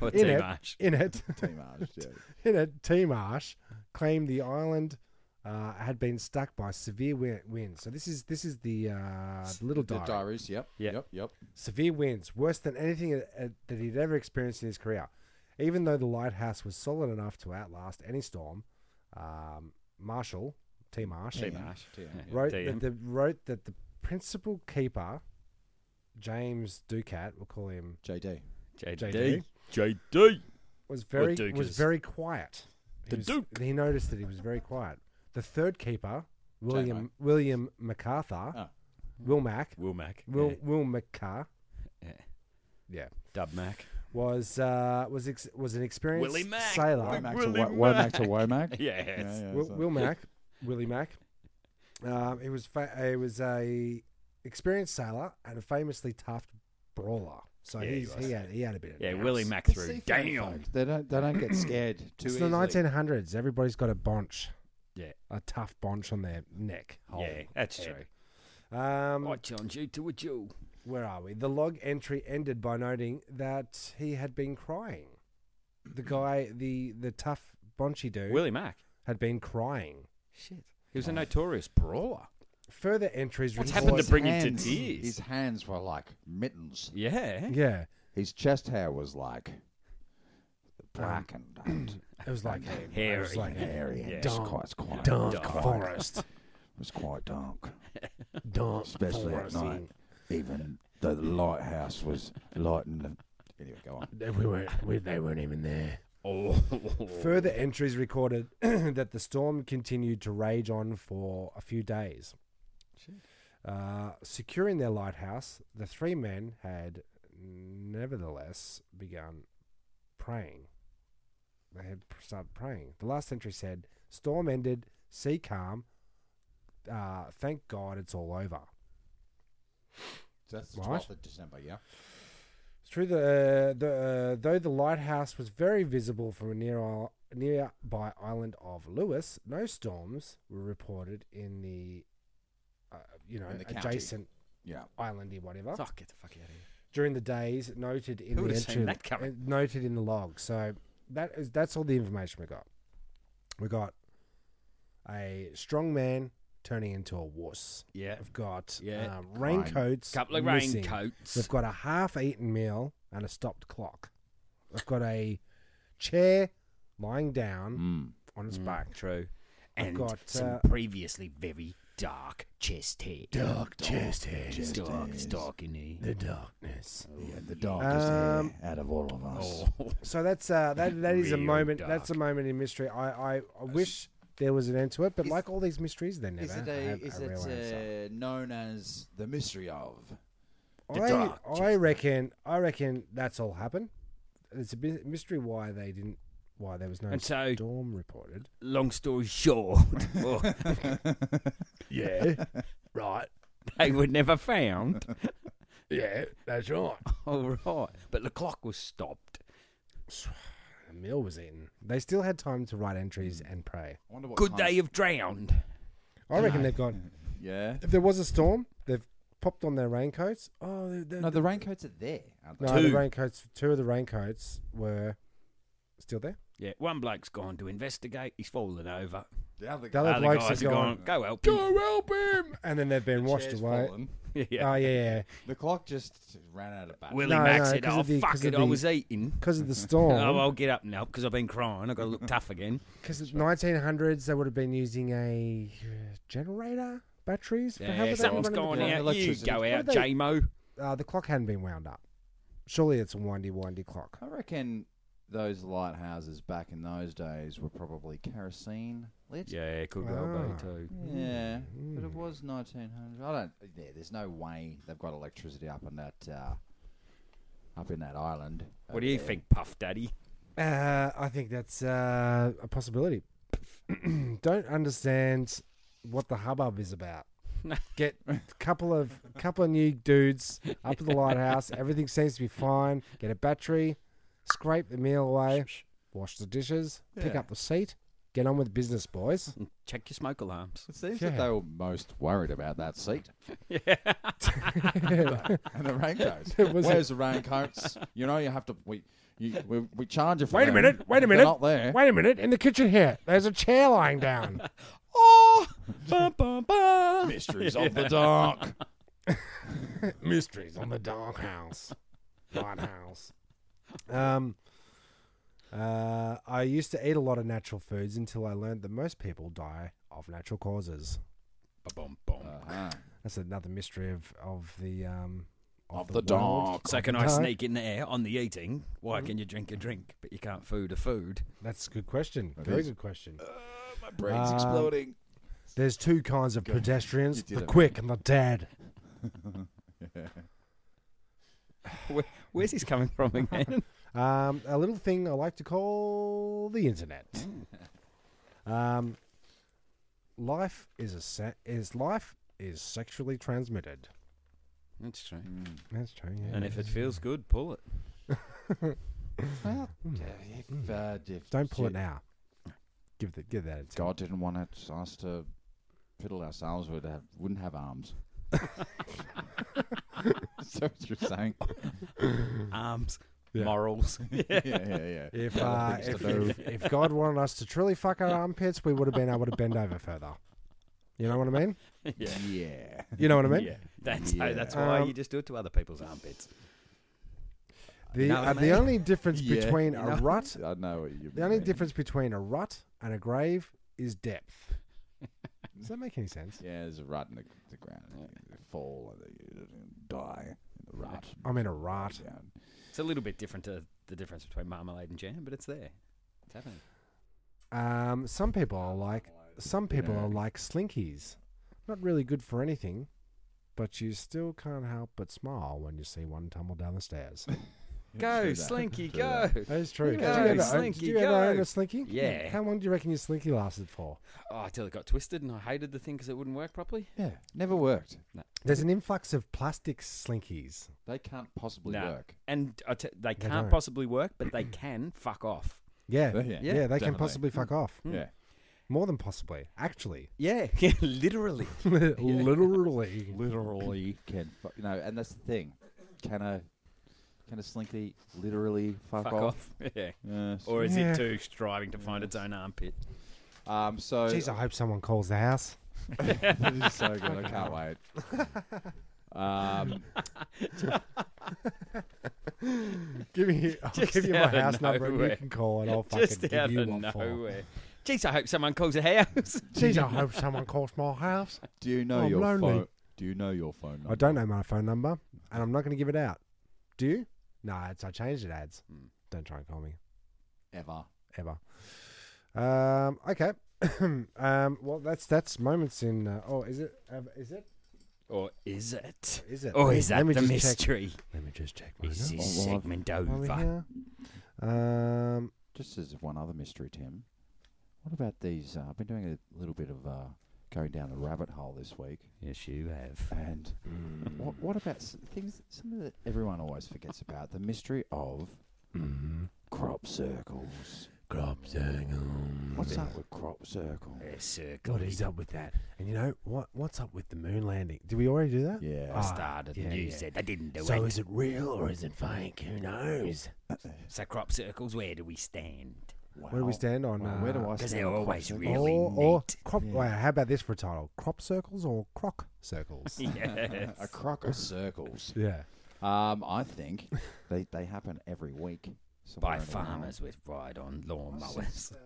D: Or
E: In it.
D: T-Marsh.
E: In it,
C: T-Marsh, yeah.
E: in it, T. Marsh claimed the island uh, had been stuck by severe wi- winds. So this is this is the, uh, the little
C: The
E: diary.
C: diaries, yep,
D: Yeah.
C: yep, yep.
E: Severe winds, worse than anything uh, uh, that he'd ever experienced in his career. Even though the lighthouse was solid enough to outlast any storm, um, Marshall T. Marsh
D: T-Marsh.
E: wrote
D: TM.
E: that the wrote that the principal keeper, James Ducat, we'll call him,
C: JD.
D: JD.
E: JD.
D: JD.
E: was very
D: Dukas.
E: was very quiet. He
D: The
E: was-
D: Duke.
E: He noticed that he was very quiet. The third keeper, William William MacArthur,
C: Oh.
E: Will Mac,
D: Will Mac.
E: Will
D: Ah. Yeah.
E: Will Macar,
D: Yeah.
E: yeah,
D: Dub Mac.
E: was uh, was ex- was an experienced
D: Willie Mac.
E: sailor.
C: Womack to
D: Willie
C: Wo- Womack to Womack.
D: Yes.
C: Yeah, yeah,
E: Will,
C: so-
E: Will Mac, Willie Mac, Um, he was fa- he was a experienced sailor and a famously tough brawler. So
D: Yeah, he
E: he's, he,
D: was.
E: had he had a bit of
D: Yeah,
E: nous.
D: Willie Mack through. Damn.
C: They don't. They don't get scared too
E: Mm. It's
C: easily.
E: the 1900s. Everybody's got a bonch.
D: Yeah.
E: a tough bonch on their neck. hole.
D: Yeah, that's
E: Yeah.
D: true.
E: Um,
D: I challenge you to a duel.
E: Where are we? The log entry ended by noting that he had been crying. The
D: Mm.
E: guy, the the tough bonchy dude,
D: Willie Mack.
E: had been crying.
D: Shit. He was a notorious brawler.
E: Further entries.
D: What's
E: report-
D: happened
C: His
D: to bring him to
C: hands-
D: tears?
C: His hands were like mittens.
D: Yeah.
E: Yeah,
C: His chest hair was like blackened and
E: it was like
D: Hairy.
E: It was like
C: hairy. And
D: Yeah.
C: it's quite, quite
E: dark
C: quite-
E: forest,
C: It was quite dark,
E: dark
C: especially
E: forest.
C: at night. Even though the lighthouse was lightened. and- Anyway, go on.
E: We weren't, we, they weren't even there.
D: Oh.
E: Further entries recorded that the storm continued to rage on for a few days. Uh, securing their lighthouse, the three men had nevertheless begun praying. They had pr- started praying. The last entry said, Storm ended, sea calm. Uh, thank God it's all over.
C: So that's
E: the Right. 12th
C: of December, yeah?
E: Through the, the though the lighthouse was very visible from a near nearby island of Lewis, no storms were reported in the uh, you know
C: In the county.
E: adjacent
C: Yeah.
E: islandy whatever
D: Fuck, get the fuck out of here.
E: during the days noted in
D: Who
E: the
D: would've
E: entry,
D: seen that coming?
E: uh, noted in the log. So that is that's all the information we got. We got a strong man turning into a wuss.
D: Yeah.
E: We've got
D: Yeah.
E: um, raincoats,
D: Couple of
E: missing.
D: raincoats.
E: We've got a half-eaten meal and a stopped clock. We've got a chair lying down
D: Hmm.
E: on its back.
D: True.
E: I've
D: And
E: got,
D: some
E: uh,
D: previously very dark chest hair.
H: Dark chest hair.
D: Dark, it's dark in here.
H: The darkness.
C: Yeah, the darkest
E: Um,
C: hair out of all of us.
D: Oh.
E: So that's uh, that. That is a
D: Real
E: moment.
D: dark.
E: That's a moment in mystery. I I, I wish there was an end to it, but
C: Is-
E: like all these mysteries, they never
C: Is it,
E: have
C: a, is
E: a real answer.
C: it uh, known as the mystery of?
D: uh, The
E: I,
D: dark
E: I reckon I reckon that's all happened. It's a bit mystery why they didn't why there was no
D: And so-
E: storm reported.
D: Long story short, well,
H: Yeah. right.
D: they were never found.
H: Yeah, that's right.
D: All right. But the clock was stopped.
E: The meal was eaten. They still had time to write entries
D: Hmm.
E: and pray.
C: I wonder what
D: Could
C: time-
D: they have drowned?
E: I reckon they've gone.
C: Yeah.
E: If there was a storm, they've popped on their raincoats. Oh, they they-
C: No, the raincoats are there, aren't they?
E: no, the
D: two.
E: raincoats. Two of the raincoats were still there.
D: Yeah, one bloke's gone to investigate. He's fallen over.
C: The other
E: The other
D: Other
E: blokes
D: guys
E: have
D: are
E: gone.
D: gone. Go help him.
E: help him! And then they've been washed
C: chair's
E: away.
C: fallen.
D: yeah.
E: Oh yeah, yeah.
C: The clock just ran out of battery.
D: Willie
E: No,
D: Mack
E: no,
D: said,
E: 'cause
D: "Oh
E: of the-
D: fuck
E: 'cause
D: it,
E: of
D: I
E: the-
D: was eating."
E: Because of the storm.
D: Oh, I'll get up now because I've been crying. I've got to look tough again.
E: Because it's 1900s, they would have been using a uh, generator, batteries. for how
D: Yeah,
E: would they
D: something's
E: run
D: gone
E: the
C: Yeah,
D: out. You
C: electricity.
D: go
E: What
D: out,
E: did they-
D: J-Mo.
E: Uh, the clock hadn't been wound up. Surely it's a windy, windy clock.
C: I reckon those lighthouses back in those days were probably kerosene lit.
D: Yeah, it could
E: well be
D: too.
C: Yeah, but it
E: Hmm.
C: was 1900. I don't. Yeah, there's no way they've got electricity up on that uh, up in that island.
D: What do you
C: over there.
D: think, Puff Daddy?
E: Uh, I think that's uh, a possibility. Don't understand what the hubbub is about. Get a couple of couple of new dudes up to the lighthouse. Everything seems to be fine. Get a battery, scrape the meal away, wash the dishes, pick
C: Yeah.
E: up the seat, get on with business, boys.
D: Check your smoke alarms.
C: It seems
E: Yeah.
C: that they were most worried about that seat and the raincoats.
E: was
C: Where's the raincoats? You know, you have to. We you, we, we charge you for
E: Wait a
C: them.
E: minute, wait a
C: They're
E: minute.
C: Not there.
E: Wait a minute, in the kitchen here, there's a chair lying down.
D: Oh, bum, bum, bum.
C: Mysteries of the dark.
E: Mysteries on the dark house. Lighthouse. Um uh, I used to eat a lot of natural foods until I learned that most people die of natural causes.
D: Bum, bum.
E: Uh,
C: Uh-huh.
E: That's another mystery of, of the um
C: Of the
E: world.
C: dark.
D: So can I
E: No.
D: sneak in there on the eating? Why
E: Mm.
D: can you drink a drink but you can't food a food?
E: That's a good question. Very
C: is.
E: good question.
C: My brain's
E: Um,
C: exploding.
E: There's two kinds of pedestrians:
C: did
E: the
C: it.
E: quick and the dead.
D: Where, where's this coming from again?
E: Um, a little thing I like to call the internet. um, life is a se- is life is sexually transmitted.
D: That's true.
C: Hmm.
E: That's true. Yeah.
D: And if it feels good, pull it.
C: Well, yeah, if, uh, if
E: hmm. Don't pull it
C: shit,
E: now. Give the give that a tip.
C: God didn't want it, us to fiddle ourselves with have wouldn't have arms. Is that what you're saying?
D: Arms,
E: Yeah.
D: morals. yeah.
C: Yeah, yeah, yeah.
E: If
C: Yeah,
E: uh,
C: things to
E: if,
C: do.
E: if if God wanted us to truly fuck our armpits, we would have been able to bend over further. You know what I mean?
C: yeah.
E: You know what I mean?
D: yeah. That's,
C: Yeah.
D: that's why
E: Um,
D: you just do it to other people's armpits.
E: The
D: know what I
E: uh, the
D: mean?
E: only difference
C: Yeah,
E: between
C: you
E: a
C: know.
E: rut,
C: I know what you
E: the only
C: mean.
E: difference between a rut and a grave is depth. Does that make any sense?
C: Yeah, there's a rot in the, the ground. and They fall and they die in the rot.
E: I mean a rut.
C: Yeah.
D: It's a little bit different to the difference between marmalade and jam, but it's there. It's happening.
E: Um, some people are like some people are like slinkies, not really good for anything, but you still can't help but smile when you see one tumble down the stairs.
D: Go,
C: that.
D: Slinky,
C: True
D: go.
C: that.
E: That is true.
D: Go,
E: did you ever, own-
D: Slinky,
E: did you ever own
D: go.
E: a slinky?
D: Yeah.
E: How long do you reckon your slinky lasted for?
D: Oh, until it got twisted and I hated the thing because it wouldn't work properly.
C: yeah, never worked.
E: There's an influx of plastic slinkies.
C: They can't possibly
D: Nah.
C: work.
D: And I t- they can't
E: don't.
D: possibly work, but they can fuck off.
E: Yeah.
C: Yeah,
E: Oh, Yeah,
C: yeah,
E: they can
C: definitely.
E: possibly fuck off.
D: Hmm.
C: Yeah.
E: More than possibly. Actually.
D: Yeah, literally.
E: Literally.
C: Literally can fu- you know, and that's the thing. Can a can a slinky literally fuck,
D: fuck
C: off?
D: off. Yeah.
C: Yes.
D: Or is
E: Yeah.
D: it too striving to find its own armpit?
C: um, so
E: Jeez, I hope someone calls the house.
C: This is so good. I can't wait. Um,
E: Give me I'll
D: Just
E: give you my
D: out of
E: house number and you
D: nowhere.
E: can call and I'll fucking
D: Just
E: give
D: out
E: you
D: of
E: one for.
D: nowhere. Jeez, I hope someone calls a house.
E: Jeez, I hope someone calls my house.
C: do you know
E: I'm
C: your
E: lonely.
C: phone? Do you know your phone number?
E: I don't know my phone number and I'm not going to give it out. Do you? No, it's I changed it ads. Don't try and call me
C: ever.
E: ever. Um, okay. um, well, that's that's moments in. Uh, oh, is it? Uh, is it?
D: or is it?
E: Is it?
D: Or Oh, is that
E: Let me
D: the
E: just check.
D: mystery?
E: Let me just check my notes
D: Is this
C: Well, I've-
D: segment
E: over
D: over?
E: here. Um,
C: Just as one other mystery, Tim. What about these? Uh, I've been doing a little bit of uh, going down the rabbit hole this week,
D: Yes, you have.
C: and
E: Mm.
D: Hmm.
C: what, what about s- things? Something that everyone always forgets about: the mystery of crop circles.
H: Crop circle.
C: What's up with crop circles?
D: A circle.
E: God, he's up with that. And you know what? What's up with the moon landing? Did we already do that?
C: Yeah.
E: Ah,
D: started.
E: yeah,
D: and you
E: yeah.
D: said I didn't do
E: So
D: it.
E: is it real or is it fake? Who knows?
D: So crop circles, where do we stand?
E: Where do
C: Wow.
E: we stand on?
C: Wow,
E: Uh,
C: where do I
D: Because
C: stand?
D: they're
C: on crop
D: always
C: circles?
D: really
E: or, or
D: neat.
E: crop?
C: Yeah.
E: Wait, how about this for a title? Crop circles or croc circles?
D: Yes.
C: A crock of circles.
E: yeah.
C: Um, I think they they happen every week. somewhere
D: By
C: in the world.
D: farmers with ride-on lawnmowers.
E: uh,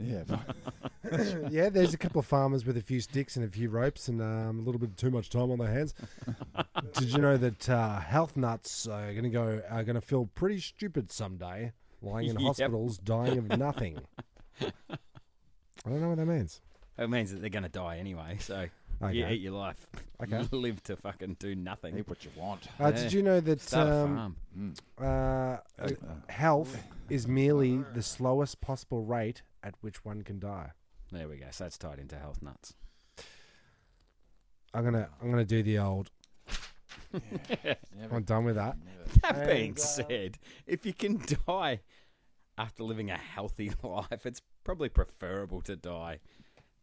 C: Yeah. but-
E: yeah, there's a couple of farmers with a few sticks and a few ropes and um, a little bit too much time on their hands. Did you know that uh, health nuts are going to go are going to feel pretty stupid someday, lying in
D: Yep.
E: hospitals dying of nothing? I don't know what that means.
D: It means that they're going to die anyway. So you
E: Okay.
D: eat your life.
E: Okay.
D: Live to fucking do nothing.
C: Eat what you want.
E: Uh, did you know that
D: Start a
E: um,
D: farm.
E: uh, health is merely the slowest possible rate at which one can die?
D: There we go. So that's tied into health nuts.
E: I'm gonna I'm gonna do the old. I'm done with that.
D: That being said, if you can die after living a healthy life, it's probably preferable to die.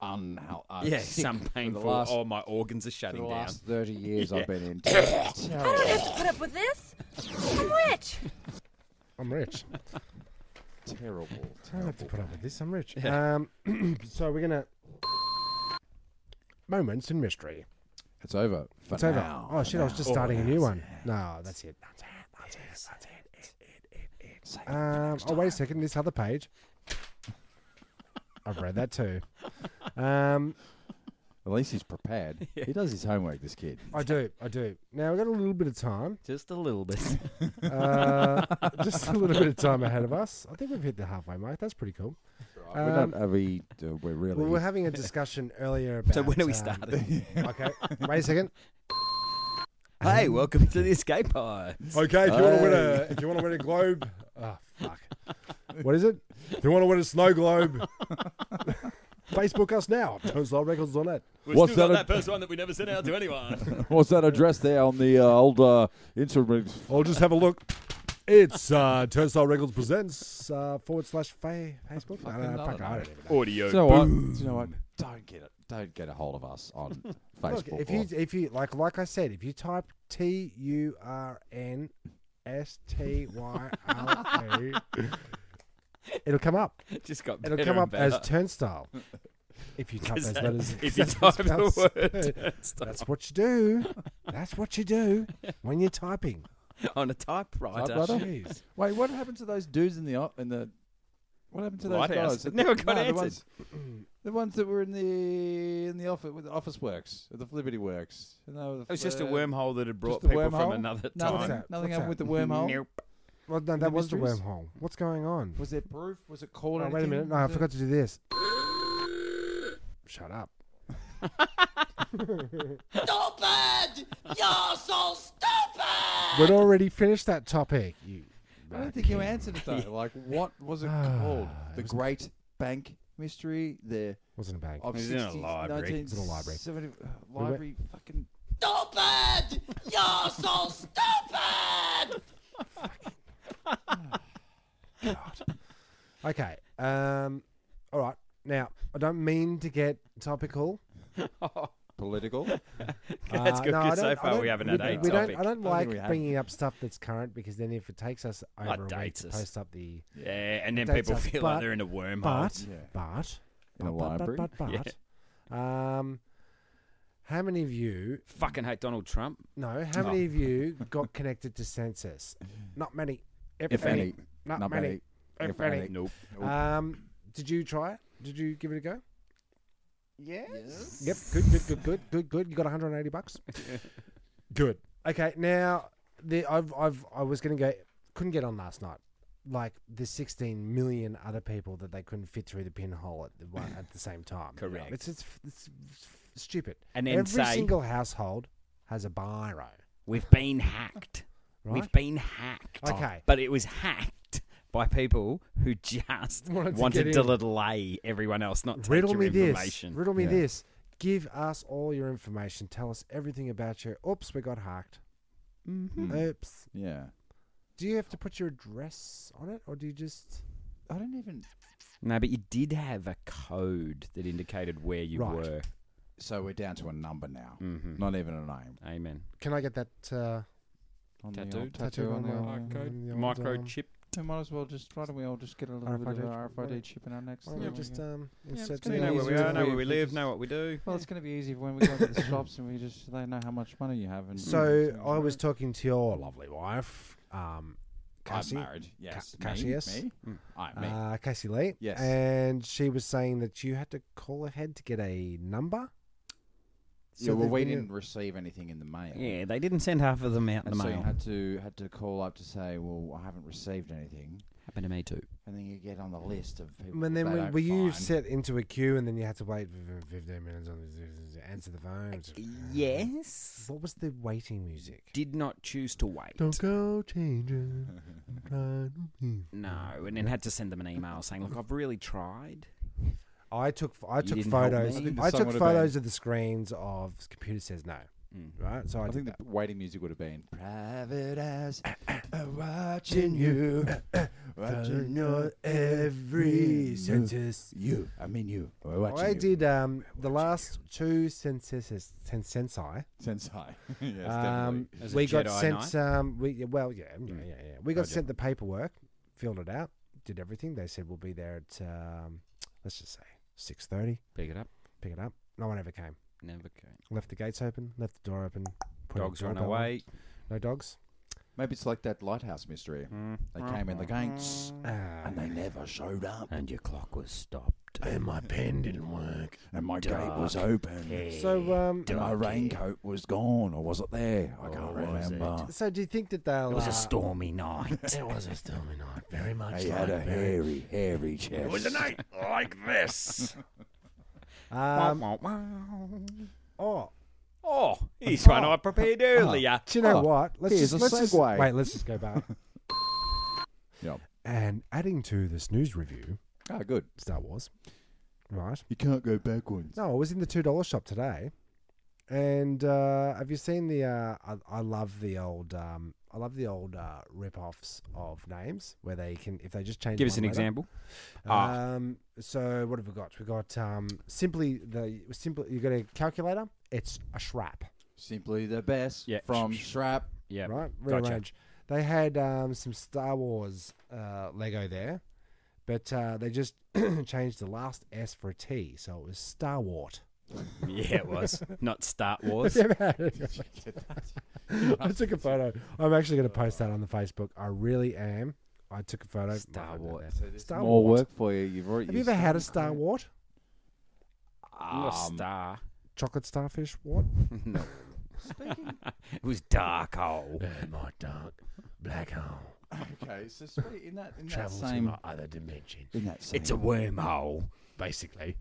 C: Unhel- uh,
D: yeah,
C: sick
D: some
C: for the
D: painful.
C: last-
D: oh, my organs are
C: for
D: shutting
C: the
D: down.
C: last 30 years I've been in.
G: I don't
C: terrible,
G: have to put up with this. I'm rich.
E: I'm rich.
C: terrible,
E: I don't have to
C: terrible.
E: put up with this. I'm rich. Um, so we're gonna moments in mystery.
C: It's over. For
E: It's over.
C: now.
E: oh shit! I was just starting a new one. No, that's it. That's it. That's it. That's it. Um, oh wait a second. This other page. I've read that too. Um,
C: At least he's prepared. He does his homework, this kid.
E: I do. I do. Now we've got a little bit of time.
D: Just a little bit.
E: Uh, just a little bit of time ahead of us. I think we've hit the halfway mark. That's pretty cool.
C: we're
E: Um,
C: not. Are we? Uh, we're really.
E: We were having a discussion earlier about.
D: so when are we
E: um,
D: starting?
E: Okay. Wait a second.
D: hey, welcome to the escape pod.
E: Okay, if you want to win a, if you want to win a globe, oh fuck, what is it? If you want to win a snow globe, Facebook us now. Turnstile Records on it.
J: We're
C: What's
J: still
C: that
J: got
C: a-
J: that first one that we never sent out to anyone.
C: What's that address there on the uh, old uh, Instagram?
E: I'll just have a look. It's uh, Turnstile Records presents uh, forward slash fa- Facebook. I don't know. Fuck, I don't even know.
J: Audio.
C: Do you know what? Do you know what? Don't get it. Don't get a hold of us on Facebook.
E: Look, if
C: or-
E: you if you like like I said, if you type T U R N S T Y L E, it'll come up.
D: Just got
E: It'll
D: better
E: come
D: and
E: up as
D: better.
E: turnstile. If you type those
J: that-
E: letters,
J: if you
E: that's
J: type the
E: spelled-
J: word turnstile.
E: that's what you do. That's what you do when you're typing.
D: on a typewriter.
C: Typewriter?
E: Jeez.
C: Wait, what happened to those dudes in the o- in the? What happened to those
D: Lighthouse?
C: guys?
D: It never got
C: the
D: answered.
C: ones- The ones that were in the in the office with the Office Works, the Liberty Works. And they were the
D: It was just a
C: fir-
D: wormhole that had brought
C: just the
D: people from
C: wormhole?
D: another
C: Nothing,
D: time.
E: that?
C: Nothing
E: What's
C: happened
E: that?
C: with the wormhole.
E: Well, no, that was the
C: mysteries?
E: wormhole. What's going on?
C: Was there proof? Was it called?
E: Oh,
C: anything?
E: wait a minute. No, I
C: Was it-
E: forgot to do this. Shut up.
G: Stupid! You're so stupid!
E: We'd already finished that topic. You
C: I don't think you answered it though. Like, what was it called? The Great Bank Mystery. The
E: wasn't a bank.
C: of
D: was in a
C: 60s,
D: library.
C: It
E: was in a library. went-
C: uh, library. Fucking
G: Stupid! You're so stupid!
E: Okay. Um. All right. Now, I don't mean to get topical. Uh,
C: political.
D: That's good,
E: no,
D: 'cause
E: I
D: so
E: don't- I
D: far
E: don't-
D: we haven't had
E: don't-
D: a
E: we
D: topic.
E: Don't, I don't
C: I think we
E: like
C: have.
E: bringing up stuff that's current because then if it takes us over a week
D: dates
E: to
D: us.
E: post up the
D: Yeah, and then
E: Dates
D: people
E: us,
D: feel
E: but-
D: like they're in a wormhole.
E: but
C: Yeah.
E: but
C: In a
E: but, but,
C: library?
E: but but, but um, how many of you
D: Fucking hate Donald Trump.
E: no? How many of you got connected to census? Not many. If, any, not, many. If, any.
D: Nope.
E: Um, did you try it? Did you give it a go?
C: Yes.
E: Yep, good, good, good, good, good, good. You got 180 bucks. good. Okay, now the I've I've I was gonna go couldn't get on last night. Like the 16 million other people that they couldn't fit through the pinhole at the one, at the same time. You know,
D: Correct.
E: It's, it's it's it's stupid.
D: And then
E: every
D: say-
E: single household has a biro.
D: We've been hacked. We've
E: Right.
D: been hacked.
E: Okay.
D: But it was hacked by people who just
E: Wanted
D: wanted,
E: to get
D: to,
E: in.
D: delay everyone else, not take
E: Riddle
D: your
E: me this.
D: information.
E: Riddle me
C: Yeah.
E: this. Give us all your information. Tell us everything about you. Oops, we got hacked. Mm-hmm.
C: Mm. Uh,
E: Oops.
C: Yeah.
E: Do you have to put your address on it, or do you just?
C: I don't even.
D: No, but you did have a code that indicated where you
E: Right.
D: were.
C: So we're down to a number now.
D: Mhm.
C: Not even a name.
D: Amen.
E: Can I get that uh,
C: On
D: the old-
C: The old,
D: Tattooed?
C: tattoo, on the old.
E: the old, um,
D: Microchip.
C: So might as well just why don't we all just get a little bit of
E: RFID
C: our
E: chip, yeah.
C: RFID chip in our next.
E: why don't
C: thing
E: we just
C: and
E: um,
C: it's
E: insert
C: gonna
E: the-
C: be
D: know where we
C: easier
D: are, know
C: for
D: where
C: you
D: we
C: if
D: live,
C: it's
D: know what we do.
C: we- well, it's going to be easy when we go to the shops and we just they know how much money you have. And
E: So I was talking to your lovely wife, um, Cassie.
C: I'm married. Yes.
E: Cassius?
C: Me. me? I me.
E: Uh, Cassie Lee.
C: Yes.
E: And she was saying that you had to call ahead to get a number.
C: yeah, well,
E: that
C: we
E: when you-
C: didn't receive anything in the mail.
D: Yeah, they didn't send half of them out in
C: And
D: the
C: so you
D: mail.
C: had to had to call up to say, well, I haven't received anything,
D: Happened to me too.
C: and then you get on the list of people.
E: And then
C: they
E: were,
C: don't
E: were you
C: find.
E: set into a queue, and then you had to wait for fifteen minutes on the, answer the phone?
D: Yes.
E: What was the waiting music?
D: Did not choose to wait.
H: Don't go changing. I'm trying to be-
D: No, and then had to send them an email saying, "Look, I've really tried."
E: I took I took
D: didn't help
E: photos.
D: me. I think
C: the
E: I
C: song
E: took
C: would have been- Mm.
E: photos of the screens of computer says no. Right, so I,
C: I
E: did
C: think the
E: that.
C: waiting music would have been private eyes are watching you, watching your every
E: census.
C: You, I mean you, are watching
E: I
C: you.
E: did um, the last two censuses, cen- censi.
C: Sensei. yes,
E: Um,
D: As a
E: we got
D: Jedi
E: sent. Um, we well, yeah, yeah,
C: Mm.
E: yeah, yeah. We got sent the paperwork, filled it out, did everything. They said we'll be there at um, let's just say six thirty.
D: Pick it up.
E: Pick it up. No one ever came.
D: Never came.
E: Left the gates open. Left the door open. put a
D: Dogs run
E: doorbell on.
D: away.
E: No dogs.
C: Maybe it's like that lighthouse mystery. They came in the
D: Mm-hmm.
C: gates
E: Ah.
C: and they never showed up,
D: And your clock was stopped.
E: And my pen didn't work.
C: and my gate was open.
E: So um,
C: And my raincoat was gone, or was it there?
D: Oh.
C: I can't remember.
E: so do you think that they'll?
D: It was
E: uh,
D: a stormy night.
E: It was a stormy night, very much.
C: He had a hairy, hairy chest. It was a night.
E: Um, oh,
D: oh, here's one I prepared earlier.
E: do you know
C: Oh,
E: what? Let's
C: here's
E: just
C: a
E: let's just-
C: segue.
E: wait. Let's just go back.
C: Yep.
E: and adding to this news review,
C: Oh, good.
E: Star Wars. right?
C: You can't go backwards.
E: No, I was in the two dollar shop today, and uh, have you seen the? Uh, I, I love the old. Um, I love the old uh, rip-offs of names where they can, if they just change.
D: Give us
E: one
D: an
E: letter.
D: example. Ah.
E: Um, so what have we got? We got um, simply the simply. You got a calculator. It's a shrap,
C: Simply the best
D: Yeah.
C: from Shrap.
D: Yeah.
E: right?
D: Gotcha.
E: Rearrange. They had um, some Star Wars uh, Lego there, but uh, they just changed the last S for a T, so it was Star Wart.
D: Yeah, it was. Not Star Wars.
E: I took a photo. I'm actually going to post that on the Facebook. I really am. I took a photo.
D: Star
E: Might not
D: Wart.
E: there.
C: So there's
E: Star
C: more
E: Wars.
C: work for you. You've already.
E: Have you ever had a Star Wart?
D: Not Star.
E: Chocolate starfish wart?
D: It was dark oh. hole.
H: my dark black hole
C: Okay, so sweet. In that, in that
H: travels
C: same.
H: to my other dimension.
C: In that same.
D: It's a wormhole.
H: Basically,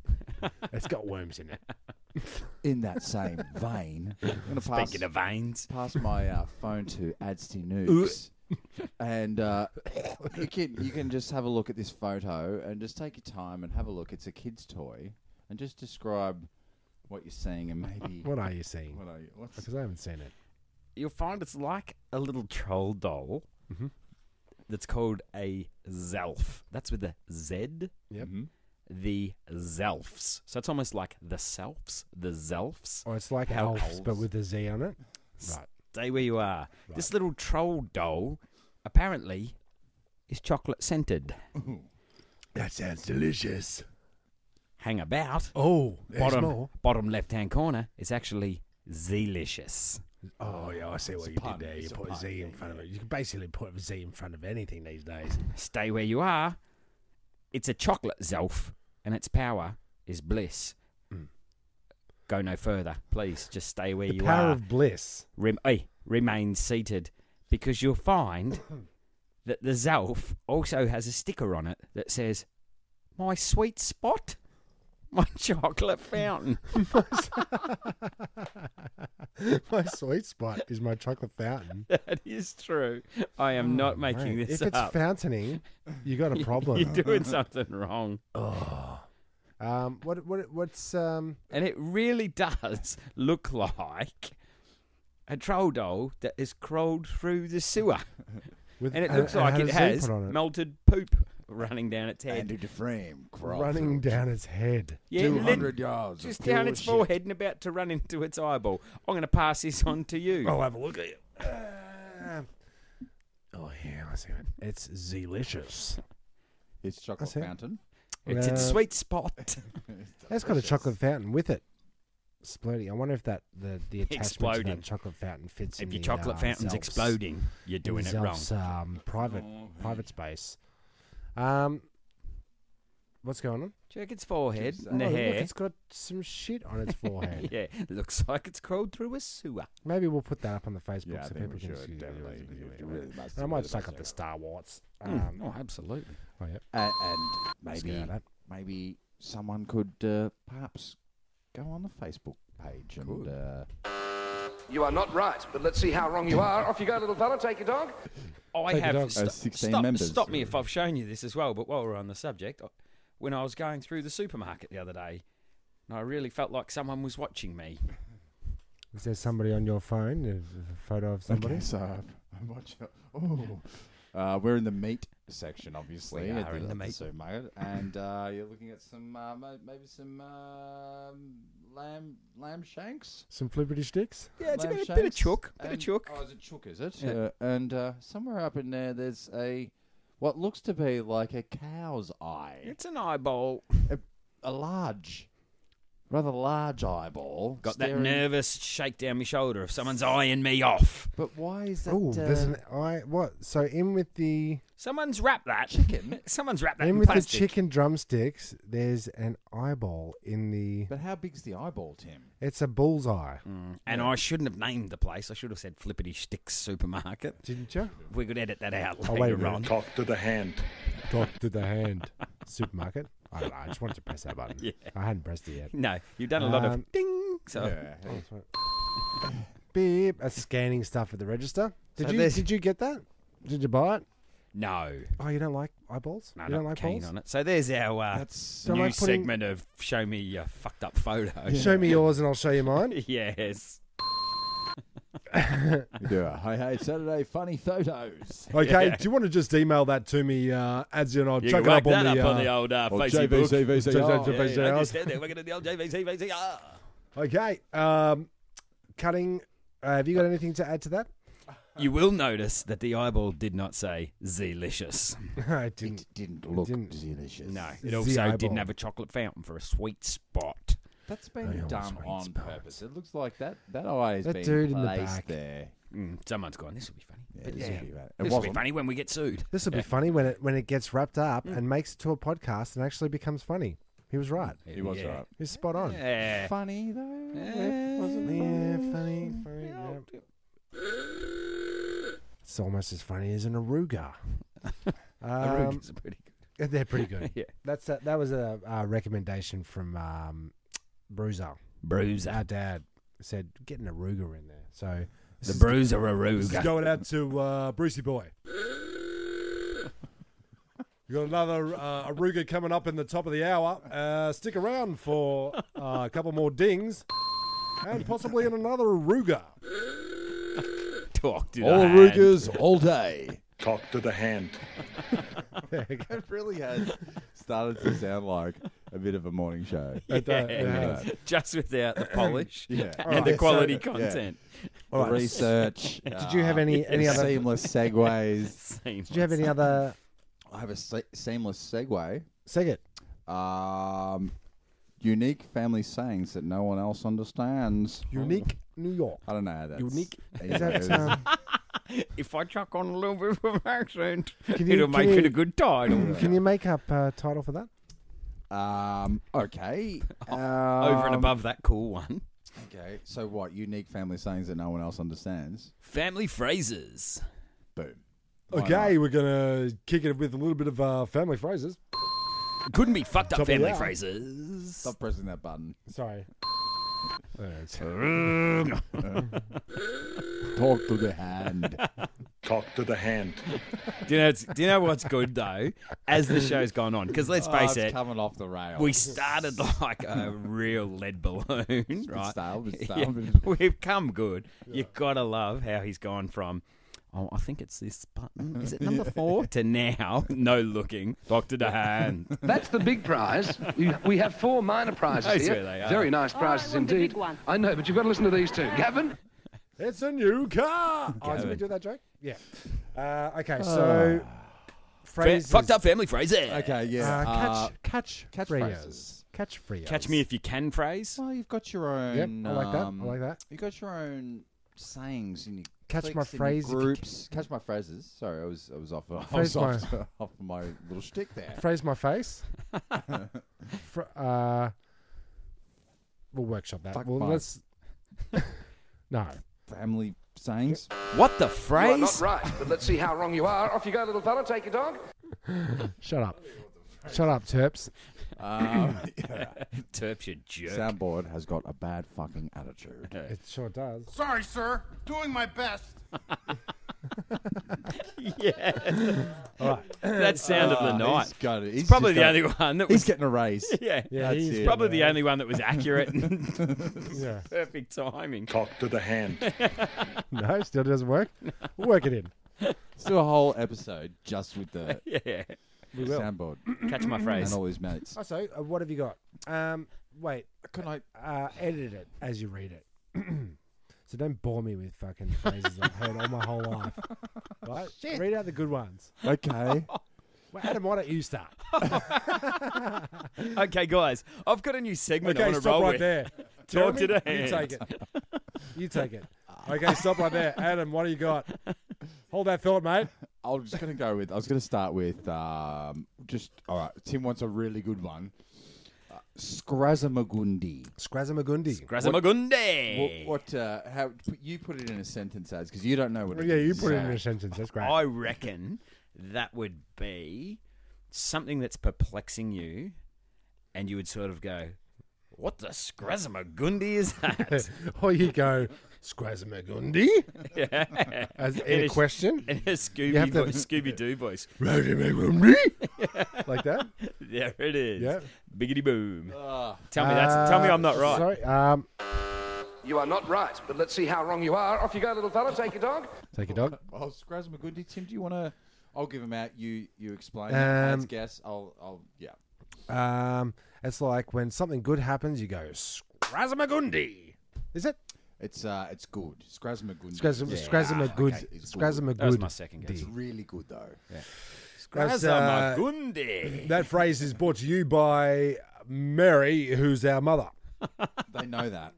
H: it's got worms in it.
C: in that same vein. I'm gonna pass,
D: Speaking of veins.
C: pass my uh, phone to Adsty Nukes. And uh, you can you can just have a look at this photo and just take your time and have a look. It's a kid's toy, and just describe what you're seeing and maybe
E: What are you seeing?
C: what are you what's
E: Because I haven't seen it.
D: You'll find it's like a little troll doll
H: Mm-hmm.
D: that's called a Zelf. That's with a Z. Mm-hmm.
E: Yep.
D: The Zelfs. So it's almost like the Selfs, the Zelfs.
E: Oh, it's like
D: How
E: elves, but
D: elves.
E: with a Z on it. Right.
D: Stay where you are. This little troll doll apparently is chocolate scented.
H: That sounds delicious.
D: Hang about.
H: Oh, there's
D: bottom
H: more.
D: bottom left hand corner is actually Zelicious.
H: Oh yeah, I see what you did there. You put a Z in front of it. You can basically put a Z in front of anything these days.
D: Stay where you are. It's a chocolate Zelf, and its power is bliss. Go no further, please. Just stay where
E: Mm. The
D: you
E: power
D: are.
E: of bliss.
D: Rem- oi, remain seated, because you'll find that the Zelf also has a sticker on it that says, "My sweet spot, my chocolate fountain."
E: my sweet spot is my chocolate fountain.
D: that is true. I am not making
E: Mate,
D: this
E: Oh, if it's
D: up.
E: fountaining, you got a problem.
D: You're doing something wrong.
E: Um, what what what's um?
D: And it really does look like a troll doll that has crawled through the sewer.
E: With,
D: And it looks like
E: had
D: it
E: a Z
D: has
E: put on it,
D: melted poop running down its head.
C: Andy DeFrame crawl
E: running down its head.
D: Yeah,
C: two
D: lit-
C: hundred yards of
D: just down
C: pure
D: its
C: shit.
D: forehead and about to run into its eyeball. I'm going to pass this on to you.
H: I'll have a look at it. oh yeah, I see it. It's delicious.
C: It's chocolate
E: That's it.
C: fountain.
D: it's
E: Uh,
D: its sweet spot.
E: That's got a chocolate fountain with it. Exploding. I wonder if that the the attachment to
D: Exploding.
E: that chocolate fountain fits. in
D: if your
E: the,
D: chocolate
E: uh,
D: fountain's
E: Zelf's-
D: exploding, you're doing it wrong.
E: Zelf's, Um, private private space. Um, what's going on?
D: Check its forehead and the
E: Oh, look,
D: hair.
E: it's got some shit on its forehead.
D: yeah, looks like it's crawled through a sewer.
E: Maybe we'll put that up on the Facebook
C: Yeah, I
E: so
C: think
E: people
C: we
E: can
C: should,
E: see.
C: definitely. You really must-
E: And I
C: you
E: might
C: really
E: just look
C: must
E: up the
C: check
E: Star Wars.
D: Mm,
E: Um,
D: oh, absolutely.
E: oh, yeah.
C: it out. A- and
E: Maybe.
C: maybe maybe someone could uh, perhaps go on the Facebook page and uh,
F: You are not right, but let's see how wrong you are. Off you go, little fella. Take your dog.
D: I
E: Take it
D: have
E: up.
D: sto-
C: Uh, 16
D: stop,
C: members.
D: stop me if I've shown you this as well, but while we're on the subject, I- when I was going through the supermarket the other day, and I really felt like someone was watching me.
E: Is there somebody on your phone? A a photo of somebody?
C: Okay, so I'm, I'm watching. Oh, uh, we're in the meat section, obviously.
D: We
C: at
D: are in the
C: at
D: meat.
C: supermarket, and uh, you're looking at some uh, ma- maybe some um lamb lamb shanks.
E: Some flipperty sticks?
D: Yeah, it's a
C: lamb
D: bit, bit of
C: shanks,
D: chook, bit of
C: and-
D: chook.
C: Oh, is it chook? Is it?
D: Yeah.
C: Uh, and uh, somewhere up in there, there's a what looks to be like a cow's eye,
D: It's an eyeball.
C: a large, rather large eyeball.
D: Got that
C: staring-
D: nervous shake down my shoulder if someone's eyeing me off.
C: But why is that?
E: Oh, there's
C: uh,
E: an eye. What? So in with the
D: Someone's wrapped that.
C: Chicken?
D: Someone's wrapped that
E: in
D: in,
E: with
D: plastic.
E: the chicken drumsticks. There's an eyeball in the.
C: But how big's the eyeball, Tim?
E: It's a bullseye.
D: And I shouldn't have named the place. I should have said Flippity Sticks Supermarket.
E: Didn't you?
D: We could edit that out
E: Oh,
D: later
E: wait a minute.
D: on.
A: Talk to the hand.
E: Talk to the hand. Supermarket. I don't know. I just wanted to press that button. I hadn't pressed it yet.
D: No, you've done a lot
E: Um,
D: of ding. So
E: Oh, sorry. Beep. That's scanning stuff at the register. Did
D: So
E: you
D: there's-
E: did you get that? Did you buy it?
D: No.
E: Oh, you don't like eyeballs?
D: No,
E: you don't
D: not
E: like
D: keen
E: balls?
D: on it. So there's our uh,
E: That's- Don't
D: new
E: like putting-
D: segment of show me your fucked up photo.
E: Show me yours and I'll show you mine.
D: yes.
C: yeah. Hey, hey, Saturday funny photos.
H: Okay,
D: Yeah.
H: do you want to just email that to me, uh, Ads, and I'll
J: You
H: chuck
J: can
H: it up
J: whack
H: on
J: that
H: the,
J: up on
H: uh,
J: the old uh,
C: Or
J: Facebook.
C: JVCVCR.
H: Yeah,
J: Yeah,
H: Facebook.
J: I just stand there working at the old JVC, VCR.
H: Okay,
E: Um, cutting. Uh, have you got anything to add to that?
D: You will notice that the eyeball did not say Zelicious.
E: I didn't.
C: It didn't look
E: didn't.
C: delicious.
D: No, it
E: Z
D: also
E: eyeball.
D: didn't have a chocolate fountain for a sweet spot.
C: That's been done
E: sweet
C: on
E: spots.
C: purpose. It looks like that that eye has
E: That
C: been
E: dude in the
C: placed
E: back.
C: there.
D: Mm, someone's gone. This will be funny.
C: Yeah,
D: But
C: this
D: yeah,
C: would be bad. It
D: this will be
C: wasn't.
D: funny when we get sued.
E: This will be funny when it when it gets wrapped up
J: Mm.
E: and makes it to a podcast and actually becomes funny. He was right.
C: It was
D: Yeah.
C: right.
E: He was spot on.
D: Yeah.
C: Funny though.
D: Yeah.
C: Wasn't it?
E: Yeah, funny, funny. yeah. It's almost as funny as an aruga. um,
D: Arugas are pretty good.
E: they're pretty good.
D: Yeah.
E: That's a, that was a, a recommendation from um, Bruiser.
D: Bruiser.
E: Our dad said get an aruga in there. So
D: The bruiser
H: This is
D: Aruga.
H: going out to uh, Brucey Boy. You got another uh, Aruga coming up in the top of the hour. Uh, stick around for uh, a couple more dings, and possibly in another Aruga.
D: Talk to
C: All
D: the hand.
C: Rugas, all day.
A: Talk to the hand.
C: It really has started to sound like a bit of a morning show.
H: uh,
D: Yeah. Just without the polish
C: Yeah.
D: and the quality content.
C: The Research. uh,
E: did you have any any other? Did
C: seamless segues?
D: Seamless.
E: you have any other?
C: I have a se- seamless segue.
E: Sing it.
C: Um, unique family sayings that no one else understands.
E: Unique New York.
C: I don't know how that's
E: Unique.
C: Yeah,
E: Is that,
C: it's-
E: um,
D: If I chuck on a little bit of an accent,
E: Can you-
D: it'll
E: can
D: make
E: you-
D: it a good title.
E: can you make up a title for that?
C: Um, okay.
D: Over
C: Um,
D: and above that cool one.
C: Okay. So what? Unique family sayings that no one else understands.
D: Family phrases.
C: Boom. Why
H: Okay,
C: not?
H: we're gonna kick it with a little bit of uh, family phrases.
D: Couldn't be fucked up
H: Double
D: family
H: out.
D: phrases.
C: Stop pressing that button.
E: Sorry.
C: Talk to the hand.
A: Talk to the hand.
D: Do you know, it's- do you know what's good though? As the show's gone on, because let's
C: Oh,
D: face
C: it's
D: it,
C: coming off the rail.
D: we started like a real lead balloon, right?
C: stale, it's
D: Yeah,
C: stale, but-
D: We've come good. you got to love how he's gone from, oh, I think it's this button. Is it number four? to now, no looking. Dr. Dehan.
F: That's the big prize. We, we have four minor prizes
D: That's
F: here.
D: where they are.
F: Very nice prizes indeed. I know, but you've got to listen to these two. Gavin,
H: It's a new car.
E: Oh, did we
D: Gavin. Ah.
E: do that joke? Yeah. Uh, okay, so phrases.
D: Fucked up family phrases.
C: Okay. Yeah.
E: Uh,
C: Uh,
E: catch, catch,
C: catch phrases.
E: phrases. Catch phrases.
D: Catch me if you can phrase.
C: well, you've got your own.
E: Yep, I like that.
C: um,
E: I like that.
C: You got your own sayings and you
E: Catch my phrase if you
C: groups. Catch my phrases. Sorry, I was I was off. I
E: Phrase
C: was off, off my little shtick there.
E: Phrase my face. Fr- uh, we'll workshop that.
C: Fuck
E: well,
C: my-
E: let's. no.
C: Family sayings.
D: What the
F: you are not
D: phrase?
F: right, but let's see how wrong you are. Off you go, little fella. Take your dog.
E: Shut up. Shut up, Terps.
C: Um, yeah.
D: Terps, you jerk.
C: Soundboard has got a bad fucking attitude.
E: It sure does.
I: Sorry, sir. Doing my best.
D: yeah. that sound of the night.
C: Ah, He's got it. He's
D: It's probably
C: just
D: the
C: got-
D: only one that
C: He's
D: was.
C: getting a raise.
D: Yeah.
E: Yeah,
C: That's
E: he's
C: it.
D: Probably the only one that was accurate and
E: Yeah.
D: perfect timing.
A: Talk to the hand.
E: No, still doesn't work. We'll work it in.
C: Let's do a whole episode just with the
D: Yeah.
E: We will.
C: soundboard
D: Catch my
C: and
D: phrase.
C: all his mates.
E: Oh, so uh, what have you got? Um, wait,
C: Can I?
E: uh, edit it as you read it. so don't bore me with fucking phrases I've heard all my whole life. Right? Read out the good ones.
C: Okay.
E: Well, Adam, why don't you start?
D: Okay, guys, I've got a new segment I
H: Okay,
D: want to
H: stop
D: roll
H: right
D: with.
H: there.
D: Talk to
H: Jeremy,
D: the
H: You
D: hand.
H: take it. You take it. Okay, stop right there, Adam. What do you got? Hold that thought, mate.
C: I was just gonna go with. I was gonna start with um, just all right. Tim wants a really good one. Uh, Scrazamagundi.
E: Scrazamagundi.
D: Grasamagunde.
C: What? what uh, how you put it in a sentence as because you don't know what.
E: yeah, you put it in a
C: a
E: sentence. That's great.
D: I reckon that would be something that's perplexing you, and you would sort of go, What the Scrazamagundi is that?
E: or you go, Scrazamagundi?
D: yeah.
E: As in a question?
D: In a
E: You have
D: Scooby
E: to-
D: Scooby Doo voice.
E: like that?
D: There it is.
E: Yeah.
D: Biggity boom. tell me that's. Tell me
E: Uh,
D: I'm not right.
E: Sorry. Um,
F: You are not right, but let's see how wrong you are. Off you go, little fella. Take your dog.
E: take your dog.
C: Oh, Scraz McGundy, Tim, do you want to? I'll give him out. You you explain.
E: Um,
C: Let's guess. I'll I'll yeah.
E: Um, it's like when something good happens, you go, Scrazamagundi. Is it?
C: It's uh it's good. Scraz McGundy.
E: Scrazam- Scrazamagood-
C: okay, it's good.
E: Scrazamagood.
D: That was my second guess.
C: It's really good though.
E: That's, uh,
D: Scrazamagundi.
H: That phrase is brought to you by Mary, who's our mother.
C: They know that.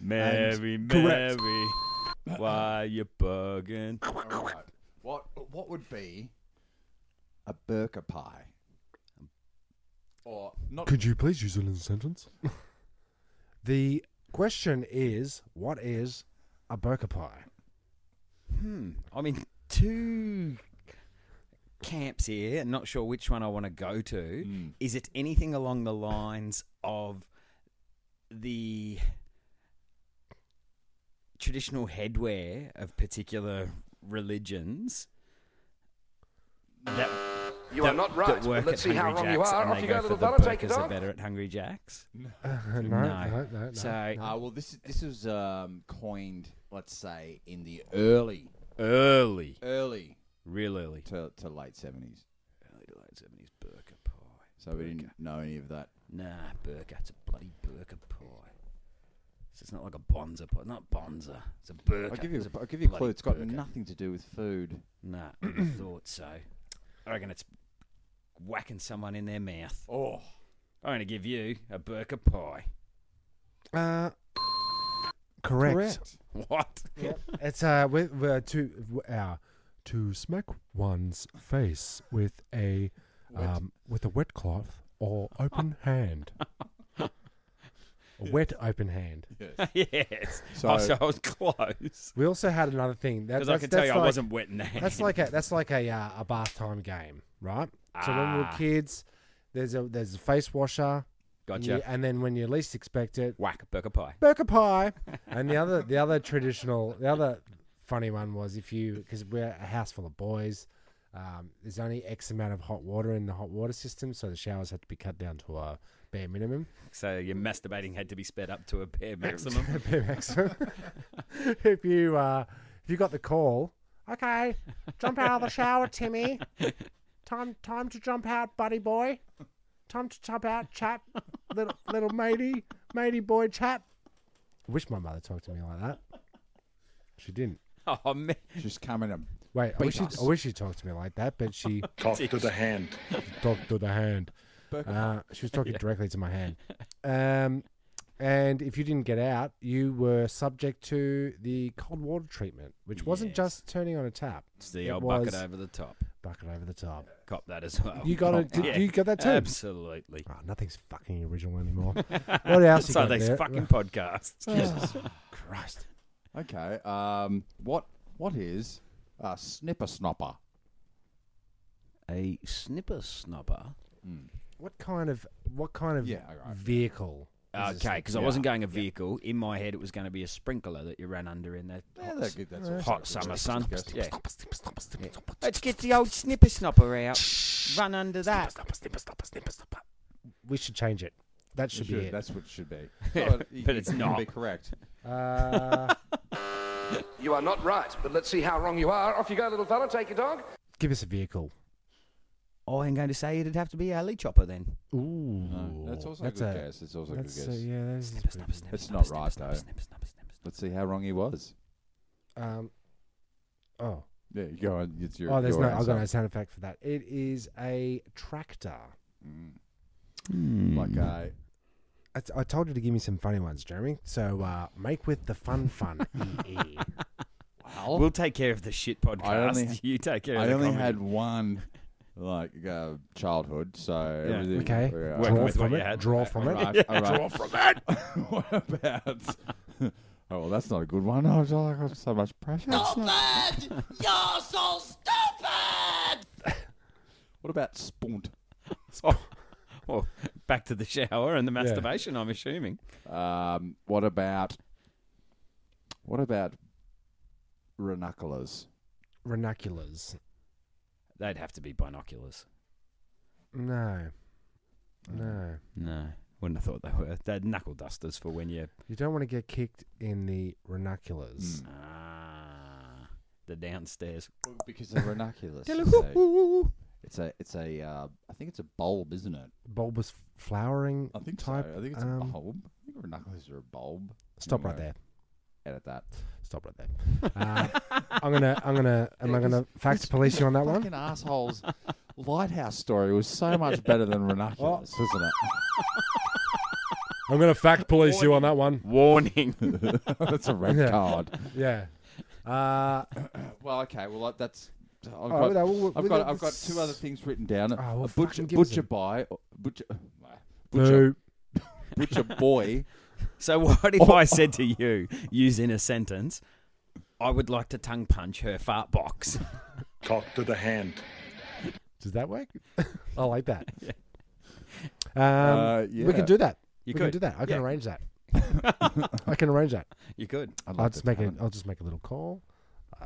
D: Mary,
H: correct.
D: Mary, why you bugging?
C: All right. What what would be a burka pie? Or not uh,
H: Could you please use it in a sentence?
E: The question is, what is a burka pie?
D: I'm in Hmm. two camps here. and not sure which one I want to go to.
F: Hmm.
D: Is it anything along the lines of the traditional headwear of particular religions? That,
F: You
D: that-
F: are not
D: that
F: right,
D: work
F: but let's
D: at
F: see how
D: Hungry
F: wrong you
D: Jack's
F: are.
D: and
F: Off
D: they
F: you
D: go
F: go,
D: for
F: little
D: the
F: fella. Take your
D: burkas are
F: dog.
D: better at Hungry Jack's.
E: no, no, no, no.
D: So
C: Uh, well, this is this was um, coined, let's say, in the early,
D: early,
C: early
D: real early.
C: to, to late seventies.
D: Early to late seventies burger pie.
C: So we didn't know any of that.
D: Nah, burger. It's a bloody burger pie. So it's not like a bonza pie. Not bonza. It's a burger.
C: I'll give you,
D: It's
C: I'll give you a
D: bloody
C: clue. It's got
D: burger.
C: nothing to do with food.
D: Nah, I would've thought so. I reckon it's whacking someone in their mouth.
C: Oh,
D: I'm going to give you a burger pie.
E: Uh, correct.
D: What?
E: It's uh, with, uh, to uh,
H: To smack one's face with a um, with a wet cloth or open hand.
E: a wet open hand.
D: yes.
C: So-
D: oh, so I was close.
E: We also had another thing that,
D: Because I
E: that's,
D: can
E: that's
D: tell you
E: like,
D: I wasn't wet in the hand.
E: That's like a that's like a uh, a bath time game, right? So when we were
D: Ah.
E: kids, there's a there's a face washer, and,
D: Gotcha.
E: you- and then when you least expect it,
D: Whack, burger pie.
E: burger pie. and the other the other traditional the other funny one was if you because we're a house full of boys. Um, there's only X amount of hot water in the hot water system, so the showers had to be cut down to a bare minimum.
D: So your masturbating had to be sped up to a bare maximum.
E: Bare maximum. if you uh, if you got the call, okay, jump out of the shower, Timmy. Time time to jump out, buddy boy. Time to jump out, chap. Little little matey, matey boy, chap. I wish my mother talked to me like that. She didn't.
D: oh, man.
C: Just coming up.
E: Wait, I
C: Beat
E: wish, she,
C: us.
E: I wish she talked to me like that, but she
A: Talk to the hand.
E: talked to the hand. Uh, she was talking directly to my hand. Um, and if you didn't get out, you were subject to the cold water treatment, which wasn't
D: Yes.
E: just turning on a tap.
D: It's the
E: It
D: old
E: was
D: bucket over the top.
E: bucket over the top.
D: Cop that as well.
E: You got it.
D: Cop
E: Did
D: that.
E: you get that too?
D: Absolutely.
E: Oh, nothing's fucking original anymore. what else? you
D: So
E: got
D: these
E: there?
D: fucking podcasts.
E: Christ.
C: Okay. Um. What What is a snipper snopper?
D: A snipper snobber.
C: Hmm.
E: What kind of what kind of
C: Yeah, alright.
E: vehicle? is this?
D: Okay, because I wasn't going a vehicle. In my head, it was going to be a sprinkler that you ran under in the hot,
C: that's good. That's also
D: hot
C: good.
D: summer
C: That's
D: sun.
C: good.
D: Yeah. Let's get the old snipper snopper out. Run under that.
E: We should change it. That should,
C: Should-
E: be it.
C: That's what it should be.
D: but it's not.
C: Be correct.
E: Uh,
F: You are not right, but let's see how wrong you are. Off you go, little fella. Take your dog.
E: give us a vehicle.
D: I am going to say it'd have to be a alley chopper then.
E: Ooh,
C: No, Uh, that's also a good guess. It's also a good
E: That's,
C: guess.
E: uh, yeah, that is
D: Snipper, snipper,
E: pretty-
D: snipper,
C: It's
D: snipper,
C: not
D: snipper,
C: right,
D: snipper,
C: though.
D: Snipper, snipper, snipper, snipper.
C: Let's see how wrong he was.
E: Um, oh,
C: Yeah, you go on. It's your.
E: oh, there's
C: your
E: no. I've got no
C: answer.
E: sound effect for that. It is a tractor.
C: Hmm.
D: Hmm.
C: Like
G: uh,
C: a.
E: I, t- I told you to give me some funny ones, Jeremy. So uh, make with the fun, fun. ee.
C: Well,
D: We'll take care of the shit podcast.
C: I only-
D: you take care of
C: I
D: the
C: only
D: comedy.
C: had one, like uh, childhood. So everything. uh,
E: Okay,
C: yeah.
D: Working
E: draw
D: with what
E: from
D: you
E: it.
D: had.
E: Draw from it.
C: Alright, alright. what about? oh well, that's not a good one. I was like, I've so much pressure. It's not-
G: Stupid! You're so stupid!
C: What about spunt?
D: Well, back to the shower and the
C: Yeah.
D: masturbation, I'm assuming.
C: Um, what about what about renaculars?
E: Renaculars.
D: They'd have to be binoculars.
E: No.
C: Mm.
E: No.
D: No, wouldn't have thought they were. They're knuckle dusters for when you
E: You don't want to get kicked in the
C: Mm.
E: renaculars.
D: ah, the downstairs
C: because they're renaculars.
D: Delahoo.
C: It's a it's a uh, I think it's a bulb, isn't it?
E: Bulbous flowering
C: I think
E: type.
C: so. I think it's a
E: um,
C: bulb. I think renaculars are a bulb.
E: Stop right
C: Anyway,
E: there.
C: Edit that.
E: Stop right there. Uh, I'm gonna, I'm gonna, am I gonna fact police you on that one?
C: Fucking assholes. Lighthouse story was so much better than renaculars,
E: Oh.
C: isn't it?
H: I'm going to fact police you on that one.
D: Warning.
C: That's a red
H: Yeah.
C: card.
E: Yeah. Uh,
C: Well, okay. Well, that- that's. I've got,
E: well, that- well,
C: I've,
E: we
C: got,
E: got
C: I've got
E: this-
C: two other things written down. A-
E: Oh, well,
C: a butcher,
E: fucking give us
C: butcher
E: them.
C: by, butcher, uh, butcher,
E: no.
C: butcher boy.
D: So what if I said to you, using a sentence, I would like to tongue punch her fart box?
A: Talk to the hand.
E: Does that work? I like that. Um,
C: Uh,
E: We
C: yeah.
E: can do that.
D: You
E: we can
D: could.
E: do that. I can
D: Yeah.
E: arrange that. I can arrange that.
D: You could
C: I'd
E: I'll
C: like
E: just
C: to
E: make a.
C: have
E: I'll just make a little call.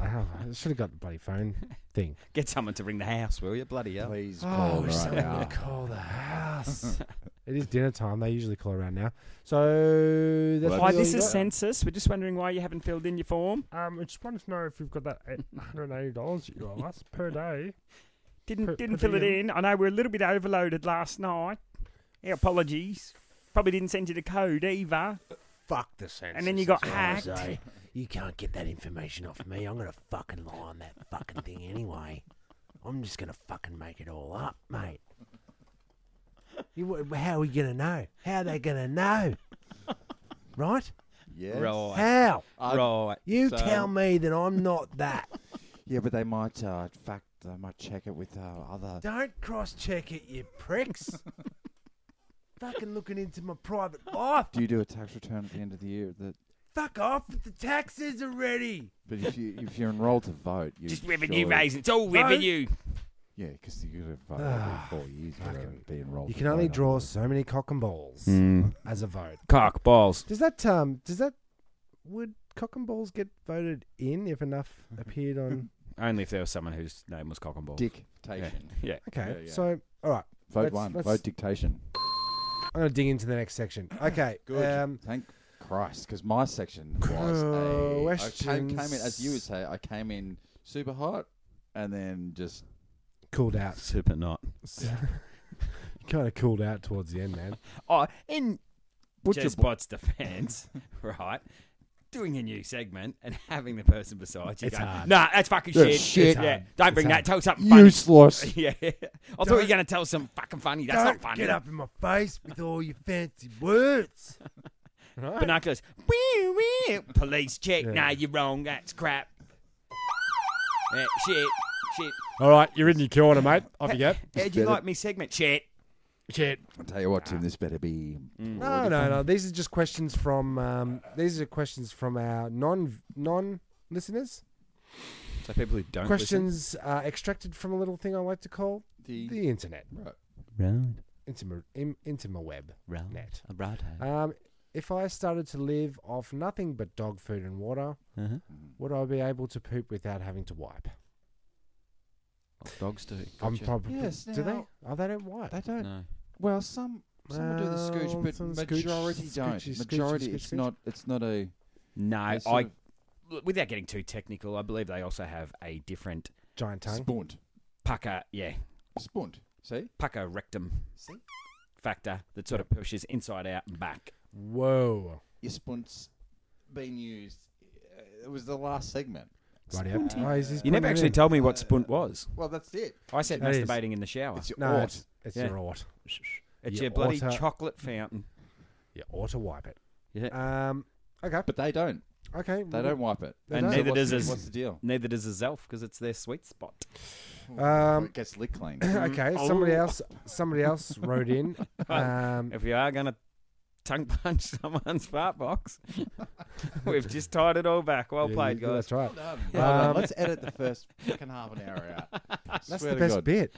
E: I, have, I should have got the bloody phone thing.
D: get someone to ring the house, will you? Bloody hell!
C: Please call
E: wish
C: right
E: someone
C: now.
E: would call the house. it is dinner time. They usually call around now. So that's
D: Hi,
E: what we
D: this
E: got.
D: is census. We're just wondering why you haven't filled in your form.
K: Um, I just wanted to know if you've got that eight hundred eighty dollars that you owe us per day. Per-
D: Didn't didn't
K: per
D: fill it
K: diem.
D: in. I know we're a little bit overloaded last night. Our apologies. Probably didn't send you the code either.
E: Fuck the census.
D: And then you got
E: is all I
D: hacked.
E: say. You can't get that information off me. I'm gonna fucking lie on that fucking thing anyway. I'm just gonna fucking make it all up, mate. You, wha- how are we gonna know? How are they gonna know? Right?
C: Yes.
E: How?
C: Uh,
D: right.
E: You
C: So-
E: tell me that I'm not that.
C: Yeah, but they might. Uh, in fact, they might check it with uh, other.
E: Don't cross check it, you pricks. Fucking looking into my private life.
C: Do you do a tax return at the end of the year? That,
E: Fuck off with the taxes already.
C: but if you if you're enrolled to vote, you
D: Just revenue
C: surely-
D: raising. It's all revenue.
C: Yeah, because you got to vote every four years. You gotta
E: Ah, fucking-
C: be enrolled.
E: You
C: to
E: can only
C: vote,
E: draw
C: otherwise-
E: so many cock and balls as a vote.
D: Cock balls.
E: Does that um does that would cock and balls get voted in if enough appeared on
D: Only if there was someone whose name was cock and balls.
C: dictation.
D: Yeah.
E: Okay.
C: Yeah, yeah.
E: So all right.
C: Vote
E: Let's-
C: one.
E: let's-
C: Vote dictation.
E: I'm gonna dig into the next section. Okay.
C: Good.
E: Um
C: Thank Christ, because my section was a I came, came in as you
E: Questions.
C: would say. I came in super hot, and then just
E: cooled out.
D: Super not.
E: kinda cooled out towards the end, man.
D: Oh, in
C: Butcher
D: Jez
C: Bo-
D: Bot's defense, right? Doing a new segment and having the person beside you
E: It's
D: go,
E: hard.
D: nah, that's fucking
C: Yeah,
D: shit.
C: shit.
E: It's
D: Yeah,
E: hard.
D: don't
E: It's
D: bring
E: hard.
D: that. Tell something funny.
C: useless.
D: yeah, I thought you were going to tell something fucking funny. That's not funny.
E: in my face with all your fancy words.
D: Binoculars. Wee, wee. Police check.
E: Yeah.
D: Nah, you're wrong. That's crap. Yeah, shit. Shit.
H: All right, you're in your corner, mate. Off you go.
D: How'd you
C: better-
D: like me segment? Shit. Shit.
C: I tell you what,
E: Ah.
C: Tim, this better be.
E: No, no, no. These are just questions from um, these are questions from our non non listeners.
D: So people who don't
E: questions uh, extracted from a little thing I like to call
C: The-
E: the, internet,
C: Right.
D: Round,
E: intima, im, intima web
D: round,
E: net.
D: right.
E: Um, if I started to live off nothing but dog food and water,
D: Uh-huh.
E: would I be able to poop without having to wipe?
D: Oh, Dogs do.
E: I'm probably.
C: Yes,
E: do they?
C: now-
E: Oh, they don't wipe.
C: They don't.
D: No.
C: Well, some some do the
E: Well,
C: scooch, but
E: some scooch,
C: majority don't.
E: scoochy, scoochy,
C: majority,
E: scooch,
C: it's
E: scooch.
C: not. It's not a.
D: No,
C: a sort
D: I
C: of
D: look, without getting too technical, I believe they also have a different
E: Giant tongue.
C: spunt.
D: pucker, yeah,
C: Spunt. See.
D: pucker rectum
C: See.
D: factor that sort of pushes inside out and back.
E: Whoa.
C: Your spunt's been used. uh, It was the last segment.
E: Right oh, is this
D: You never
E: putting it
D: actually
E: in?
D: told me what spunt was.
C: Well, that's it.
D: I said
E: That is-
D: masturbating in the shower.
C: It's your
E: No,
C: ought.
E: it's, it's
D: Yeah.
E: your ought.
D: It's
E: you
D: your bloody
E: oughta-
D: chocolate fountain.
E: You ought to wipe it.
D: Yeah.
E: Um. Okay.
C: But they don't.
E: Okay.
C: They don't wipe it.
E: They
D: And
E: don't.
C: So
D: neither
C: what's
D: does
C: the-
D: his-
C: What's the deal?
D: Neither does a Zelf because it's their sweet spot.
E: Um,
C: it gets lick clean.
E: okay. Somebody else. Somebody else wrote in. Um,
D: If you are going to tongue punch someone's fart box, we've just tied it all back. Well
E: yeah,
D: played,
E: yeah,
D: guys.
E: That's right.
C: Well done. Well done.
E: Um,
C: Let's edit the first fucking half an hour out.
E: That's
C: Swear
E: the
C: to
E: best
C: God.
E: bit.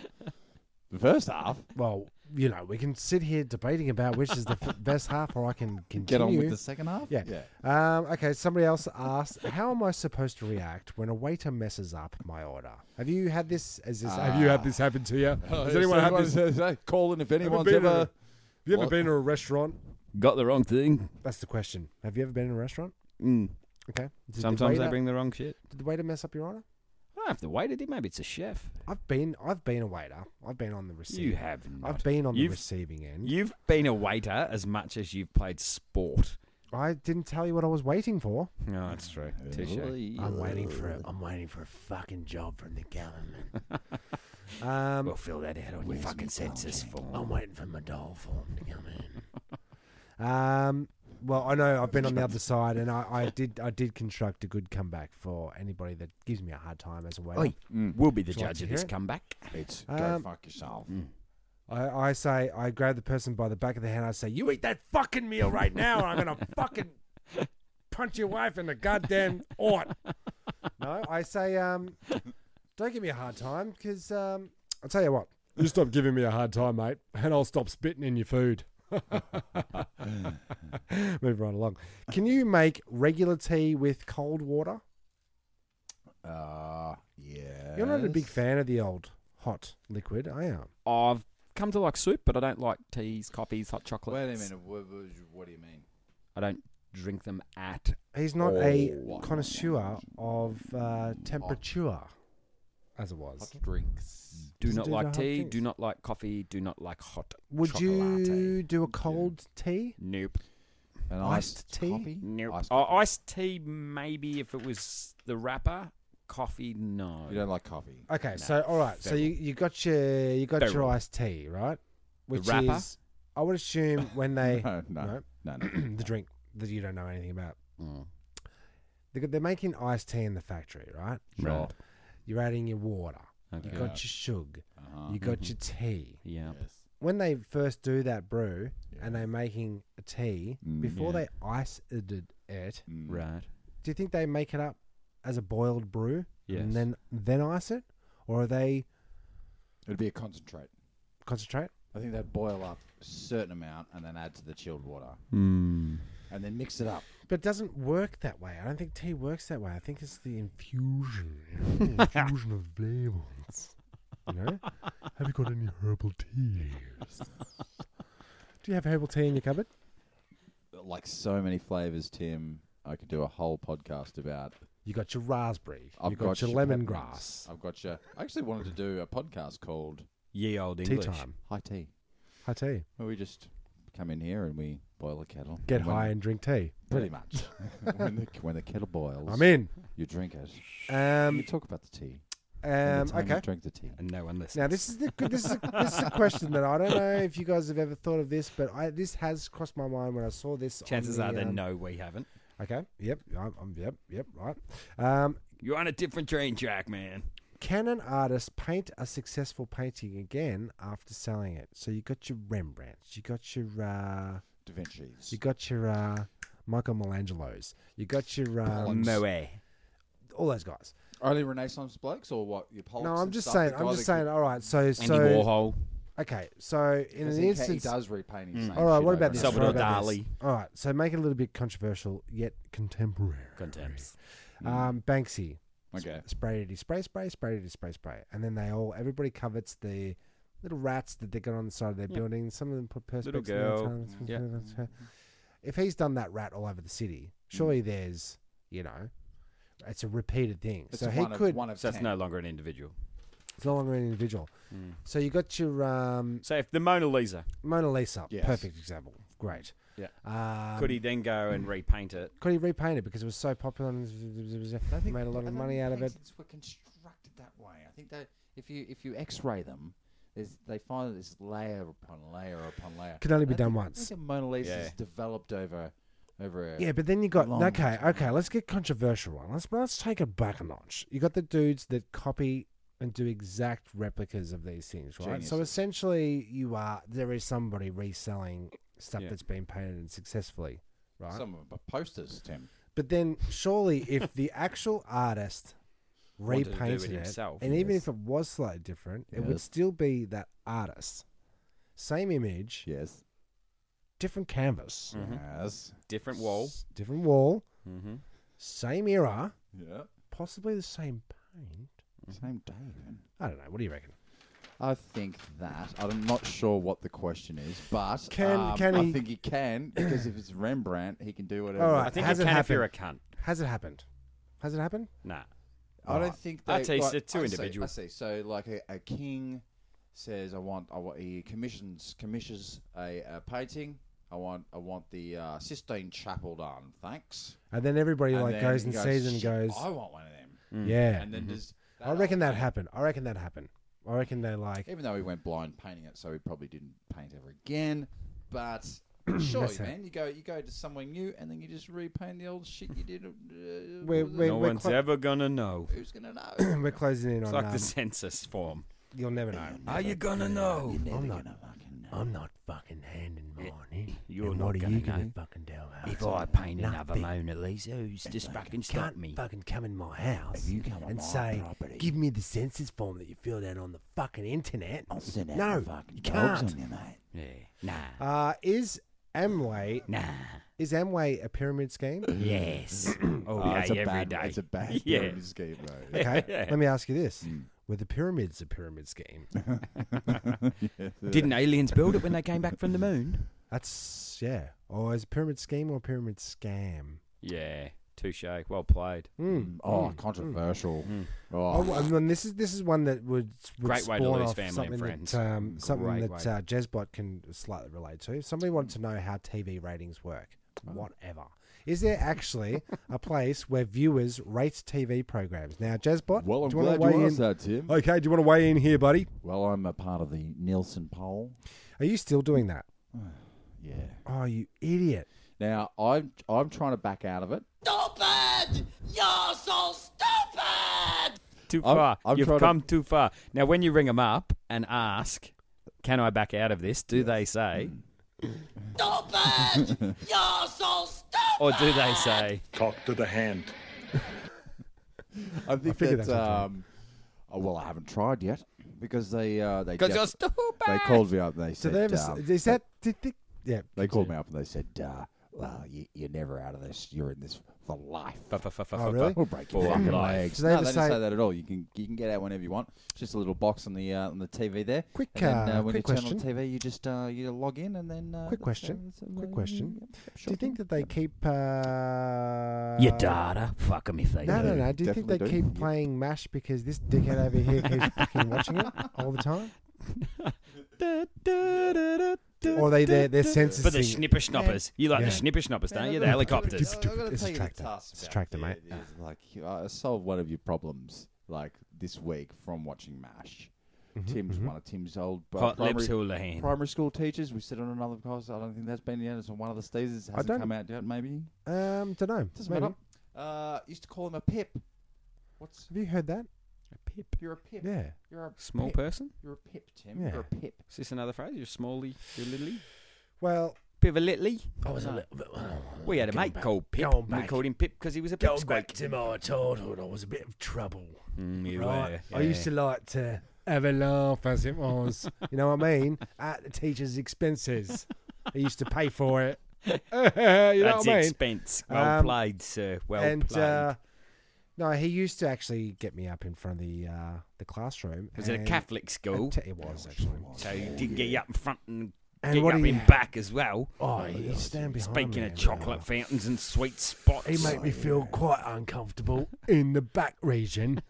C: The first half.
E: Well, you know, we can sit here debating about which is the f- best half, or I can continue.
C: Get on with the second half?
E: Yeah. Um, okay. Somebody else asked, "How am I supposed to react when a waiter messes up my order?" Have you had this? Is this?
H: Have you had
D: Ah.
H: this happen to you? Has anyone had this?
C: Call in if
H: Have you
C: anyone's
H: been
C: ever.
H: in a- Have you ever
C: What?
H: been to a restaurant?
D: Got the wrong thing.
E: That's the question. Have you ever been in a restaurant?
D: Mm.
E: Okay. Did the
D: Sometimes they
E: waiter-
D: bring the wrong shit.
E: Did the waiter mess up your order?
D: I don't have to wait. It maybe it's a chef.
E: I've been. I've been a waiter. I've been on the receiving.
D: You have. Not.
E: I've been on the
D: You've-
E: receiving end.
D: You've been a waiter as much as you've played sport.
E: I didn't tell you what I was waiting for.
D: No, Oh, that's true. Touche.
E: I'm waiting for. A, I'm waiting for a fucking job from the government. um,
D: We'll fill that out on your fucking Oh, census form.
E: I'm waiting for my doll form to come in. um, well, I know I've been on the other side, and I, I did. I did construct a good comeback for anybody that gives me a hard time as a waiter.
D: Oi,
C: Mm.
D: we'll be the
E: Would you like
D: judge
E: to
D: of
E: hear
D: this
E: it?
D: comeback.
C: It's
E: Um,
C: fuck yourself.
E: I, I say, I grab the person by the back of the hand. I say, "You eat that fucking meal right now, and I'm gonna fucking punch your wife in the goddamn ort." No, I say, um, "Don't give me a hard time, because um, I'll tell you what."
H: You stop giving me a hard time, mate, and I'll stop spitting in your food.
E: Move right along. Can you make regular tea with cold water?
C: Uh, yeah.
E: You're not a big fan of the old hot liquid, I am.
D: I've come to like soup, but I don't like teas, coffees, hot chocolates.
C: Wait a minute. What, what do you mean?
D: I don't drink them at.
E: He's not a
C: Oh.
E: connoisseur of uh, temperature, as it was.
C: Hot drinks.
D: Do
E: Doesn't
D: not
E: do the
D: like
E: hot
D: tea.
E: drinks.
D: Do not like coffee. Do not like hot.
E: Would
D: chocolate.
E: you do a cold tea?
D: Nope.
C: An
E: Iced tea?
D: Nope.
C: Iced
D: Iced, oh,
C: coffee.
D: iced tea, maybe if it was the wrapper. Coffee, no.
C: You don't like coffee.
E: Okay,
D: Nah,
E: so all right, so
D: feral.
E: you, you got your you got your
D: Feral.
E: iced tea, right? Which
D: wrapper?
E: is, I would assume when they
C: No, no, no, no.
E: the drink that you don't know anything about. They're, they're making iced tea in the factory, right?
D: Sure.
E: You're adding your water. You
D: Okay.
E: got your sugar.
C: Uh-huh.
E: You got your tea.
D: Yeah.
C: Yes.
E: When they first do that brew and they're making a tea,
C: Mm.
E: before
D: Yeah.
E: they ice it, it,
C: Mm.
D: Right.
E: do you think they make it up as a boiled brew
D: Yes.
E: and then then ice it, or are they
C: It'd be a concentrate.
E: concentrate?
C: I think they'd boil up a certain amount and then add to the chilled water
E: Mm.
C: and then mix it up.
E: But it doesn't work that way. I don't think tea works that way. I think it's the infusion, the infusion of flavors. You know? Have you got any herbal teas? Do you have herbal tea in your cupboard?
C: Like so many flavors, Tim. I could do a whole podcast about.
E: You got your raspberry.
C: I've
E: you got, your
C: peppermints.
E: lemongrass.
C: I've got your. I actually wanted to do a podcast called
D: Ye old
E: Tea
D: English.
E: time.
C: High Tea,
E: High tea.
C: where we just come in here and we boil a kettle.
E: Get
C: And when-
E: high and drink tea.
C: Pretty much. when, the, when the kettle boils,
E: I'm in.
C: you drink it. you
E: Um,
C: talk about the tea. and
E: um,
C: the time you
E: okay.
C: drink the tea.
D: And no one listens.
E: Now this is the this is a, this is a question that I don't know if you guys have ever thought of this, but I this has crossed my mind when I saw this. on
D: Chances
E: the,
D: are they
E: um,
D: know we haven't.
E: Okay. Yep. I'm, I'm, yep. Yep. Right. Um,
D: You're on a different train track, man.
E: can an artist paint a successful painting again after selling it? So you got your Rembrandts, you got your, uh,
C: Da Vinci's.
E: you got your uh, Michael Michelangelo's, you got your um,
D: no way.
E: all those guys.
C: Only Renaissance blokes or what? Your Polks
E: No,
C: and
E: I'm just
C: stuff,
E: saying.
C: the
E: I'm
C: Gothic-
E: just saying. All right. So
D: Andy
E: so
D: Warhol.
E: okay. So in an
C: Because he, ca- he
E: instance.
C: does repaint his
D: Mm.
C: same
E: All right,
C: shit
E: what
C: over
E: about
C: and
E: this?
C: over.
E: What
D: Salvador
E: about this?
D: Dali.
E: All right, so make it a little bit controversial yet contemporary.
D: Contempt.
C: Mm.
E: Um, Banksy.
C: Okay.
E: spray it, spray, spray, spray it, spray, spray. And then they all, everybody covets the little rats that they got on the side of their
D: Yeah.
E: building. Some of them put perspex.
D: Little
E: on their
D: girl.
E: tongues.
D: Yeah.
E: If he's done that rat all over the city,
C: Mm.
E: surely there's, you know, it's a repeated thing.
C: It's
E: so
C: a
E: he
C: one
E: could,
C: Of, one of
D: So that's
C: ten.
D: no longer an individual.
E: it's no longer an individual.
C: Mm.
E: So you got your um,
D: So if the Mona Lisa,
E: Mona Lisa,
C: Yes.
E: perfect example. Great.
C: Yeah.
E: Um,
D: could he then go and repaint it?
E: Could he repaint it because it was so popular and
C: Mm.
E: made a lot of money out of it?
C: Were constructed that way. I think that if you if you X-ray them, there's, they find this layer upon layer upon layer.
E: Can only
C: I
E: be
C: don't
E: done
C: think-
E: once.
C: I think the Mona Lisa's
D: Yeah.
C: developed over over. a-
E: Yeah, but then you got
C: long
E: okay,
C: time.
E: okay. Let's get controversial one. Let's let's take it back a notch. You got the dudes that copy and do exact replicas of these things, right? So
C: Geniuses.
E: essentially, you are there is somebody reselling stuff
D: Yeah.
E: that's been painted successfully, right?
C: Some of them are posters, Tim.
E: but then surely, if the actual artist
D: Wanted to do it
E: repainted it,
D: himself,
E: and even
D: yes.
E: if it was slightly different, it would
C: Yes.
E: still be that artist. Same image.
C: Yes.
E: Different canvas.
C: Yes.
D: Different wall.
E: Different wall.
D: Mm. Mm-hmm.
E: Same era.
C: Yeah.
E: Possibly the same paint.
C: Same day. Man.
E: I don't know. What do you reckon?
C: I think that I'm not sure what the question is, but
E: Can-
C: um,
E: can
C: I
E: he-
C: think he can because if it's Rembrandt, he can do whatever.
E: All right.
D: I think
E: Has
D: it
E: it
D: can if you're a cunt.
E: happened? Has it happened? Has it happened?
D: Nah.
C: I
E: Right.
C: don't think they.
D: I'd say
C: like,
D: they're two
C: I see-
D: individuals.
C: I see. So like a, a king says, "I want, I want." He commissions commissions a, a painting. I want, I want the uh, Sistine Chapel done. Thanks.
E: And then everybody
C: And
E: like
C: then
E: goes
C: he
E: and sees and
C: "Shit,
E: goes,
D: oh."
E: Mm.
C: "I want one of them."
E: yeah. Mm-hmm.
C: And then does.
E: I reckon that happened. I reckon that happened. I reckon they like
C: Even though he went blind painting it, so he probably didn't paint ever again. But surely,
E: it.
C: man, you go you go to somewhere new and then you just repaint the old shit you did. Uh,
E: We're-
C: what was it?
E: we're-
D: no one's
E: clo-
D: ever gonna know.
C: Who's gonna know?
E: we're closing in
D: It's
E: on.
D: like
E: um,
D: the census form.
E: You'll never know.
D: Are you gonna know?
E: I'm not. I'm not fucking handing mine in.
D: You're
E: And
D: not
E: what are
D: gonna
E: you gonna
D: know.
E: fucking do about
D: If
E: it?
D: I paint another
E: Nothing.
D: Mona Lisa, who's to fucking stop
E: Can't
D: me?
E: fucking come in my house
C: you come on
E: and
C: my
E: say,
C: property-
E: "Give me the census form that you filled out on the fucking internet."
C: I'll send out
E: No,
C: the fucking
E: you
C: dogs
E: can't.
C: on you, mate.
D: Yeah. Nah.
E: Uh, is Amway
D: Nah.
E: is Amway a pyramid scheme?
D: Yes. oh,
C: Oh,
D: yeah,
C: it's a
D: every
C: bad,
D: day.
C: It's a bad
D: Yeah.
C: pyramid scheme, though.
E: Okay, let me ask you this: Were the pyramids a pyramid scheme?
D: Didn't aliens build it when they came back from the moon?
E: That's yeah. Or is a pyramid scheme or a pyramid scam?
D: Yeah. Touche. Well played.
E: Mm.
C: Oh, controversial.
E: Oh,
C: Oh,
E: well, and then this is this is one that would, would
D: Great way to
E: spawn
D: lose
E: off
D: family and
E: something
D: friends.
E: That, um, something
D: Great
E: that
D: way.
E: uh, Jezbot can slightly relate to. Somebody wanted to know how TV ratings work. Whatever. Is there actually a place where viewers rate TV programs? Now, Jezbot,
C: well, I'm
E: do you want
C: glad
E: to weigh
C: you asked
E: in?
C: that, Tim.
H: Okay, do you want to weigh in here, buddy?
C: Well, I'm a part of the Nielsen poll.
E: Are you still doing that?
C: Yeah.
E: Oh, you idiot!
C: Now I'm I'm trying to back out of it.
G: Stupid! You're so stupid!
D: Too
C: I'm-
D: far.
C: I'm
D: You've
C: trying to-
D: come too far. Now, when you ring them up and ask, "Can I back out of this?" Do they say,
G: Stupid! You're so stupid!
D: or do they say,
C: I think
E: figured
C: that.
E: that's what I'm
C: Um, oh, well, I haven't tried yet because they uh, they
D: "Because you're
C: def-
D: stupid"?
C: they called me up. And they
E: So
C: said
E: they have.
C: um,
E: A, is that? Did they, yeah.
C: they called me up and they said, uh, "Well, you, you're never out of this. You're in this for life."
E: Oh, really?
C: We'll break
D: For
C: your fucking
D: life.
C: legs.
E: So they
C: no,
E: just
C: they didn't
E: say-
C: say that at all. You can you can get out whenever you want. It's just a little box on the uh, on the TV there.
E: Quick,
C: And then,
E: uh,
C: uh, when
E: quick
C: you
E: question.
C: turn on the TV, you just uh, you log in and then. Uh,
E: Quick
C: that's-
E: question.
C: that's-
E: Quick
C: uh,
E: question.
C: yep, yep,
E: Do
C: sure
E: you
C: thing.
E: think that they keep? Uh,
D: Your daughter, fuck them if they
E: No,
D: do.
E: no, no. Do you think they
C: Definitely do.
E: keep
C: Yep.
E: playing MASH because this dickhead over here keeps fucking watching it all the time? Or they they're, they're censoring.
D: For the snipper schnoppers. You like
E: Yeah.
D: the snipper schnoppers, don't
C: Man,
D: you?
C: I've
D: The
C: gotta-
D: helicopters.
C: I've gotta
E: It's a
C: take you to
E: tractor.
C: task
E: It's a
C: about
E: tractor,
C: the-
E: mate.
C: these, Like you- I solved one of your problems like this week from watching MASH.
E: Mm-hmm,
C: Tim's one of Tim's old uh,
D: Hot
C: primary,
D: lips, Houlihan.
C: primary school teachers. We said on another podcast. I don't think that's been the end. It's on one of the stages. It hasn't
E: don't-
C: come out yet. Maybe
E: Um, don't know.
C: doesn't matter. Uh, used to call him a pip. What's
E: Have you heard that?
D: Pip.
C: you're a pip?
E: Yeah.
C: You're a
D: Small
C: pip.
D: person?
C: You're a pip, Tim.
E: Yeah.
C: You're a pip.
D: Is this another phrase? You're smally, you're littly?
E: Well, uh, oh,
D: Bit of a littly?
K: I was a little bit.
D: We had a mate called Pip.
K: going
D: and We
K: back.
D: called him Pip because he was a
K: Going
D: pipsqueak.
K: back to my childhood, I was a bit of trouble.
D: Mm, you
K: right?
D: were,
K: I used to
D: yeah.
K: like to.
E: have a laugh as it was. you know what I mean? At the teacher's expenses, I used to pay for it. you know
D: That's
E: what I mean?
D: expense. Well
E: Um,
D: played, sir. Well
E: and
D: played.
E: uh, no, he used to actually get me up in front of the uh, the classroom.
D: was it a
E: and-
D: Catholic
E: and
D: school?
E: t- it was actually.
D: so you did get you up in front and,
E: And
D: get you
E: what
D: up
E: he-
D: in back as well.
K: Oh,
E: You stand behind
D: Speaking
E: me
D: of
E: and-
D: chocolate fountains and sweet spots.
K: He made me feel quite uncomfortable in the back region.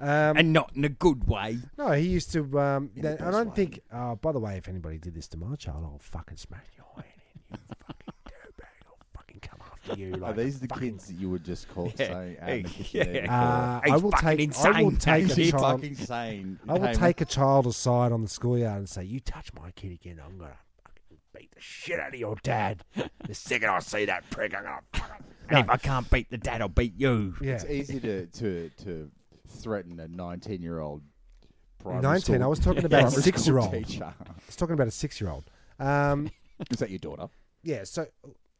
E: Um,
D: and not in a good way.
E: No, he used to. Um,
C: In the
E: that- I
C: best
E: don't
C: way.
E: think. Uh, by the way, if anybody did this to my child, I'll fucking smack your head in. You fucking dirtbag! I'll fucking come after you.
C: Are
E: Like,
C: these the
E: fucking-
C: kids that you would just call
D: Yeah.
C: saying out in the
D: Hey,
C: kitchen? there
D: yeah.
E: Uh,
D: He's
E: I will
D: fucking
E: take. I will
D: insane,
E: take
D: Tony.
E: a
C: He's
E: child.
C: fucking sane.
E: I will
C: Damon.
E: take a child aside on the schoolyard and say, "You touch my kid again, I'm gonna fucking beat the shit out of your dad."
K: The second I see that prick, I'm gonna
D: And if I can't beat the dad, I'll beat you.
E: Yeah,
C: It's easy to, to, to threaten a 19 year old.
E: nineteen. I was talking about a six-year-old. I
C: Teacher.
E: was talking about a six-year-old. Um,
C: Is that your daughter?
E: yeah. So,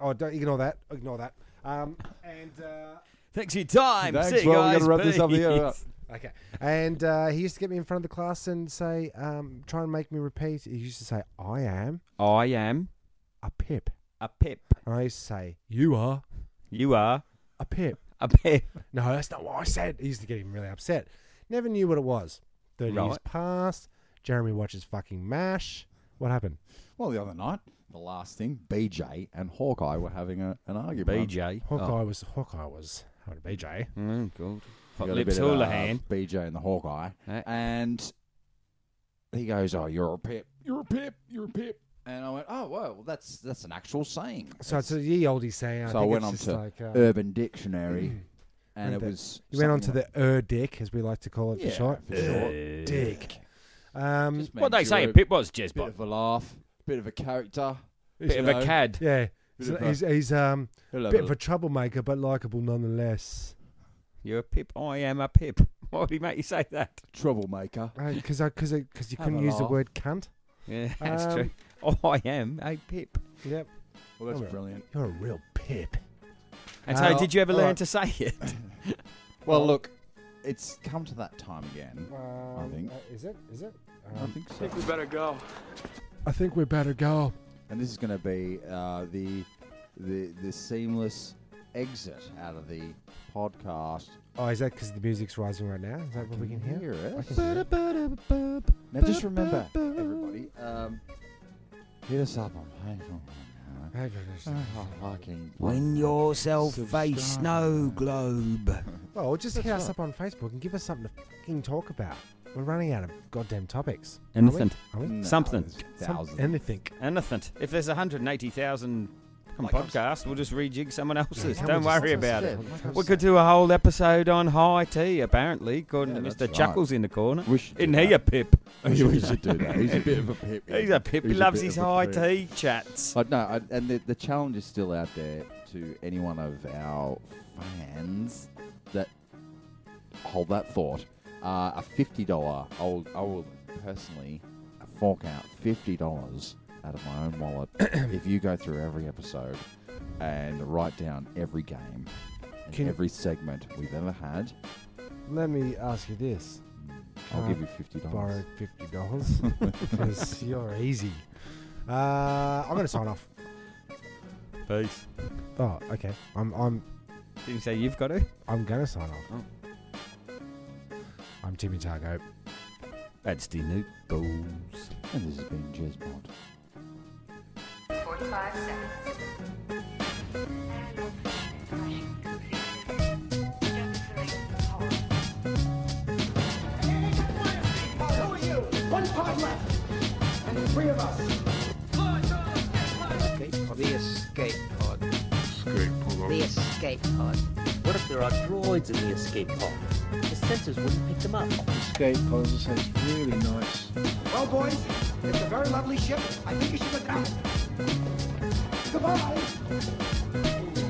E: oh, don't ignore that. Ignore that. Um, and. Uh,
D: Thanks for your time.
C: Thanks.
D: See you
C: well,
D: guys.
C: we're going to wrap this up
D: Peace.
C: here.
E: Okay. And uh, he used to get me in front of the class and say, um, try and make me repeat. He used to say, I am
D: I am
E: a pip.
D: a pip.
E: And I used to say, You are
D: You are
E: a pip.
D: a pip.
E: No, that's not what I said. He used to get him really upset. Never knew what it was. 30 years
D: Right.
E: passed. Jeremy watches fucking MASH. What happened?
C: Well, the other night, the last thing, BJ and Hawkeye were having a, an argument.
D: BJ.
E: Hawkeye
C: Oh.
E: was Hawkeye was having a BJ.
D: Mm, good.
C: Got a
D: Lips
C: bit of, uh,
D: Houlihan.
C: BJ and the Hawkeye.
D: Eh.
C: And he goes, Oh, you're a pip. You're a pip. You're a pip. And I went, Oh, well, that's that's an actual saying.
E: So it's a ye oldie saying. I
C: so I
E: think
C: went
E: it's
C: on
E: just
C: to
E: like, uh,
C: Urban Dictionary, and
E: Read
C: it
E: that.
C: was.
E: You went on to
C: something
E: the er dick, as we like to call it
C: Yeah,
E: for short.
C: for short.
E: Er dick. Um,
C: like- just
D: What they
C: meant
D: say
C: you
D: a
C: were
D: pip was,
C: bit
D: Jez, but
C: of a laugh, bit of a character,
D: bit
C: you
D: of a
C: know,
D: cad.
E: yeah,
C: Bit
E: So
C: of a-
E: he's, he's um
C: bit
E: bit of a troublemaker, but likable nonetheless.
D: You're a pip. I am a pip. Why would he make you say that?
C: troublemaker.
E: Because Uh, I because because you
C: Have
E: couldn't
C: a
E: use the
C: laugh.
E: word cunt.
D: Yeah, that's
E: Um,
D: true. Oh, I am a pip.
E: Yep,
C: Well, that's
E: Alright.
C: brilliant.
E: you're a real pip.
D: And so,
E: Uh,
D: did you ever
E: all
D: learn
E: right.
D: to say it?
C: Well, look, it's come to that time again.
E: Um,
C: think.
E: uh, is it is it? Um,
C: I think so.
E: I think we better go.
C: And this is going to be uh, the, the the seamless exit out of the podcast.
E: Oh, is that because the music's rising right now? Is that what we can hear? I
C: it.
E: can hear it.
C: Now, just remember, everybody, um, hit us up on
E: Ah, Oh,
C: fucking
D: Win yourself
C: Subscribe.
D: a snow globe.
E: Well, just hit us up on Facebook and give us something to fucking talk about. We're running out of goddamn topics.
D: Anything.
E: Are we?
D: Something.
E: Some-
C: Thousands.
E: anything.
D: Anything. If there's 180,000
C: Like I'm
D: podcasts, we'll just rejig someone else's.
E: Yeah,
D: Don't
E: we'll just-
D: worry about it.
E: it.
D: We could do a whole episode on high tea, apparently, according
C: Yeah,
D: to
C: that's
D: Mr.
C: right.
D: Chuckles in the corner.
C: We should do
D: Isn't
C: that.
D: he a pip?
C: we should do that. He's a bit of a pip.
D: He's a pip. He
C: He's a
D: loves
C: bit
D: his
C: of a
D: high
C: pip.
D: tea chats.
C: But no, I, and the, the challenge is still out there to any one of our fans that hold that thought. Uh, a fifty dollar, I will, I will personally fork out fifty dollars out of my own wallet if you go through every episode and write down every game, and
E: Can-
C: every segment we've ever had.
E: Let me ask you this.
C: I'll
E: Uh,
C: give you fifty dollars.
E: borrow fifty dollars because you're easy. Uh, I'm gonna sign off.
D: Peace.
E: Oh, okay. I'm I'm
D: Did you say you've got to?
E: I'm gonna sign off.
D: Oh.
E: I'm Timmy Targo.
D: That's the new goals.
C: And this has been Jez Bond.
L: 45 seconds.
B: The escape pod.
G: The escape pod. What if there are droids in the escape pod? The sensors wouldn't pick them up.
B: Escape pod sounds really nice.
F: Well, boys, it's a very lovely ship. I think you should look out. Goodbye.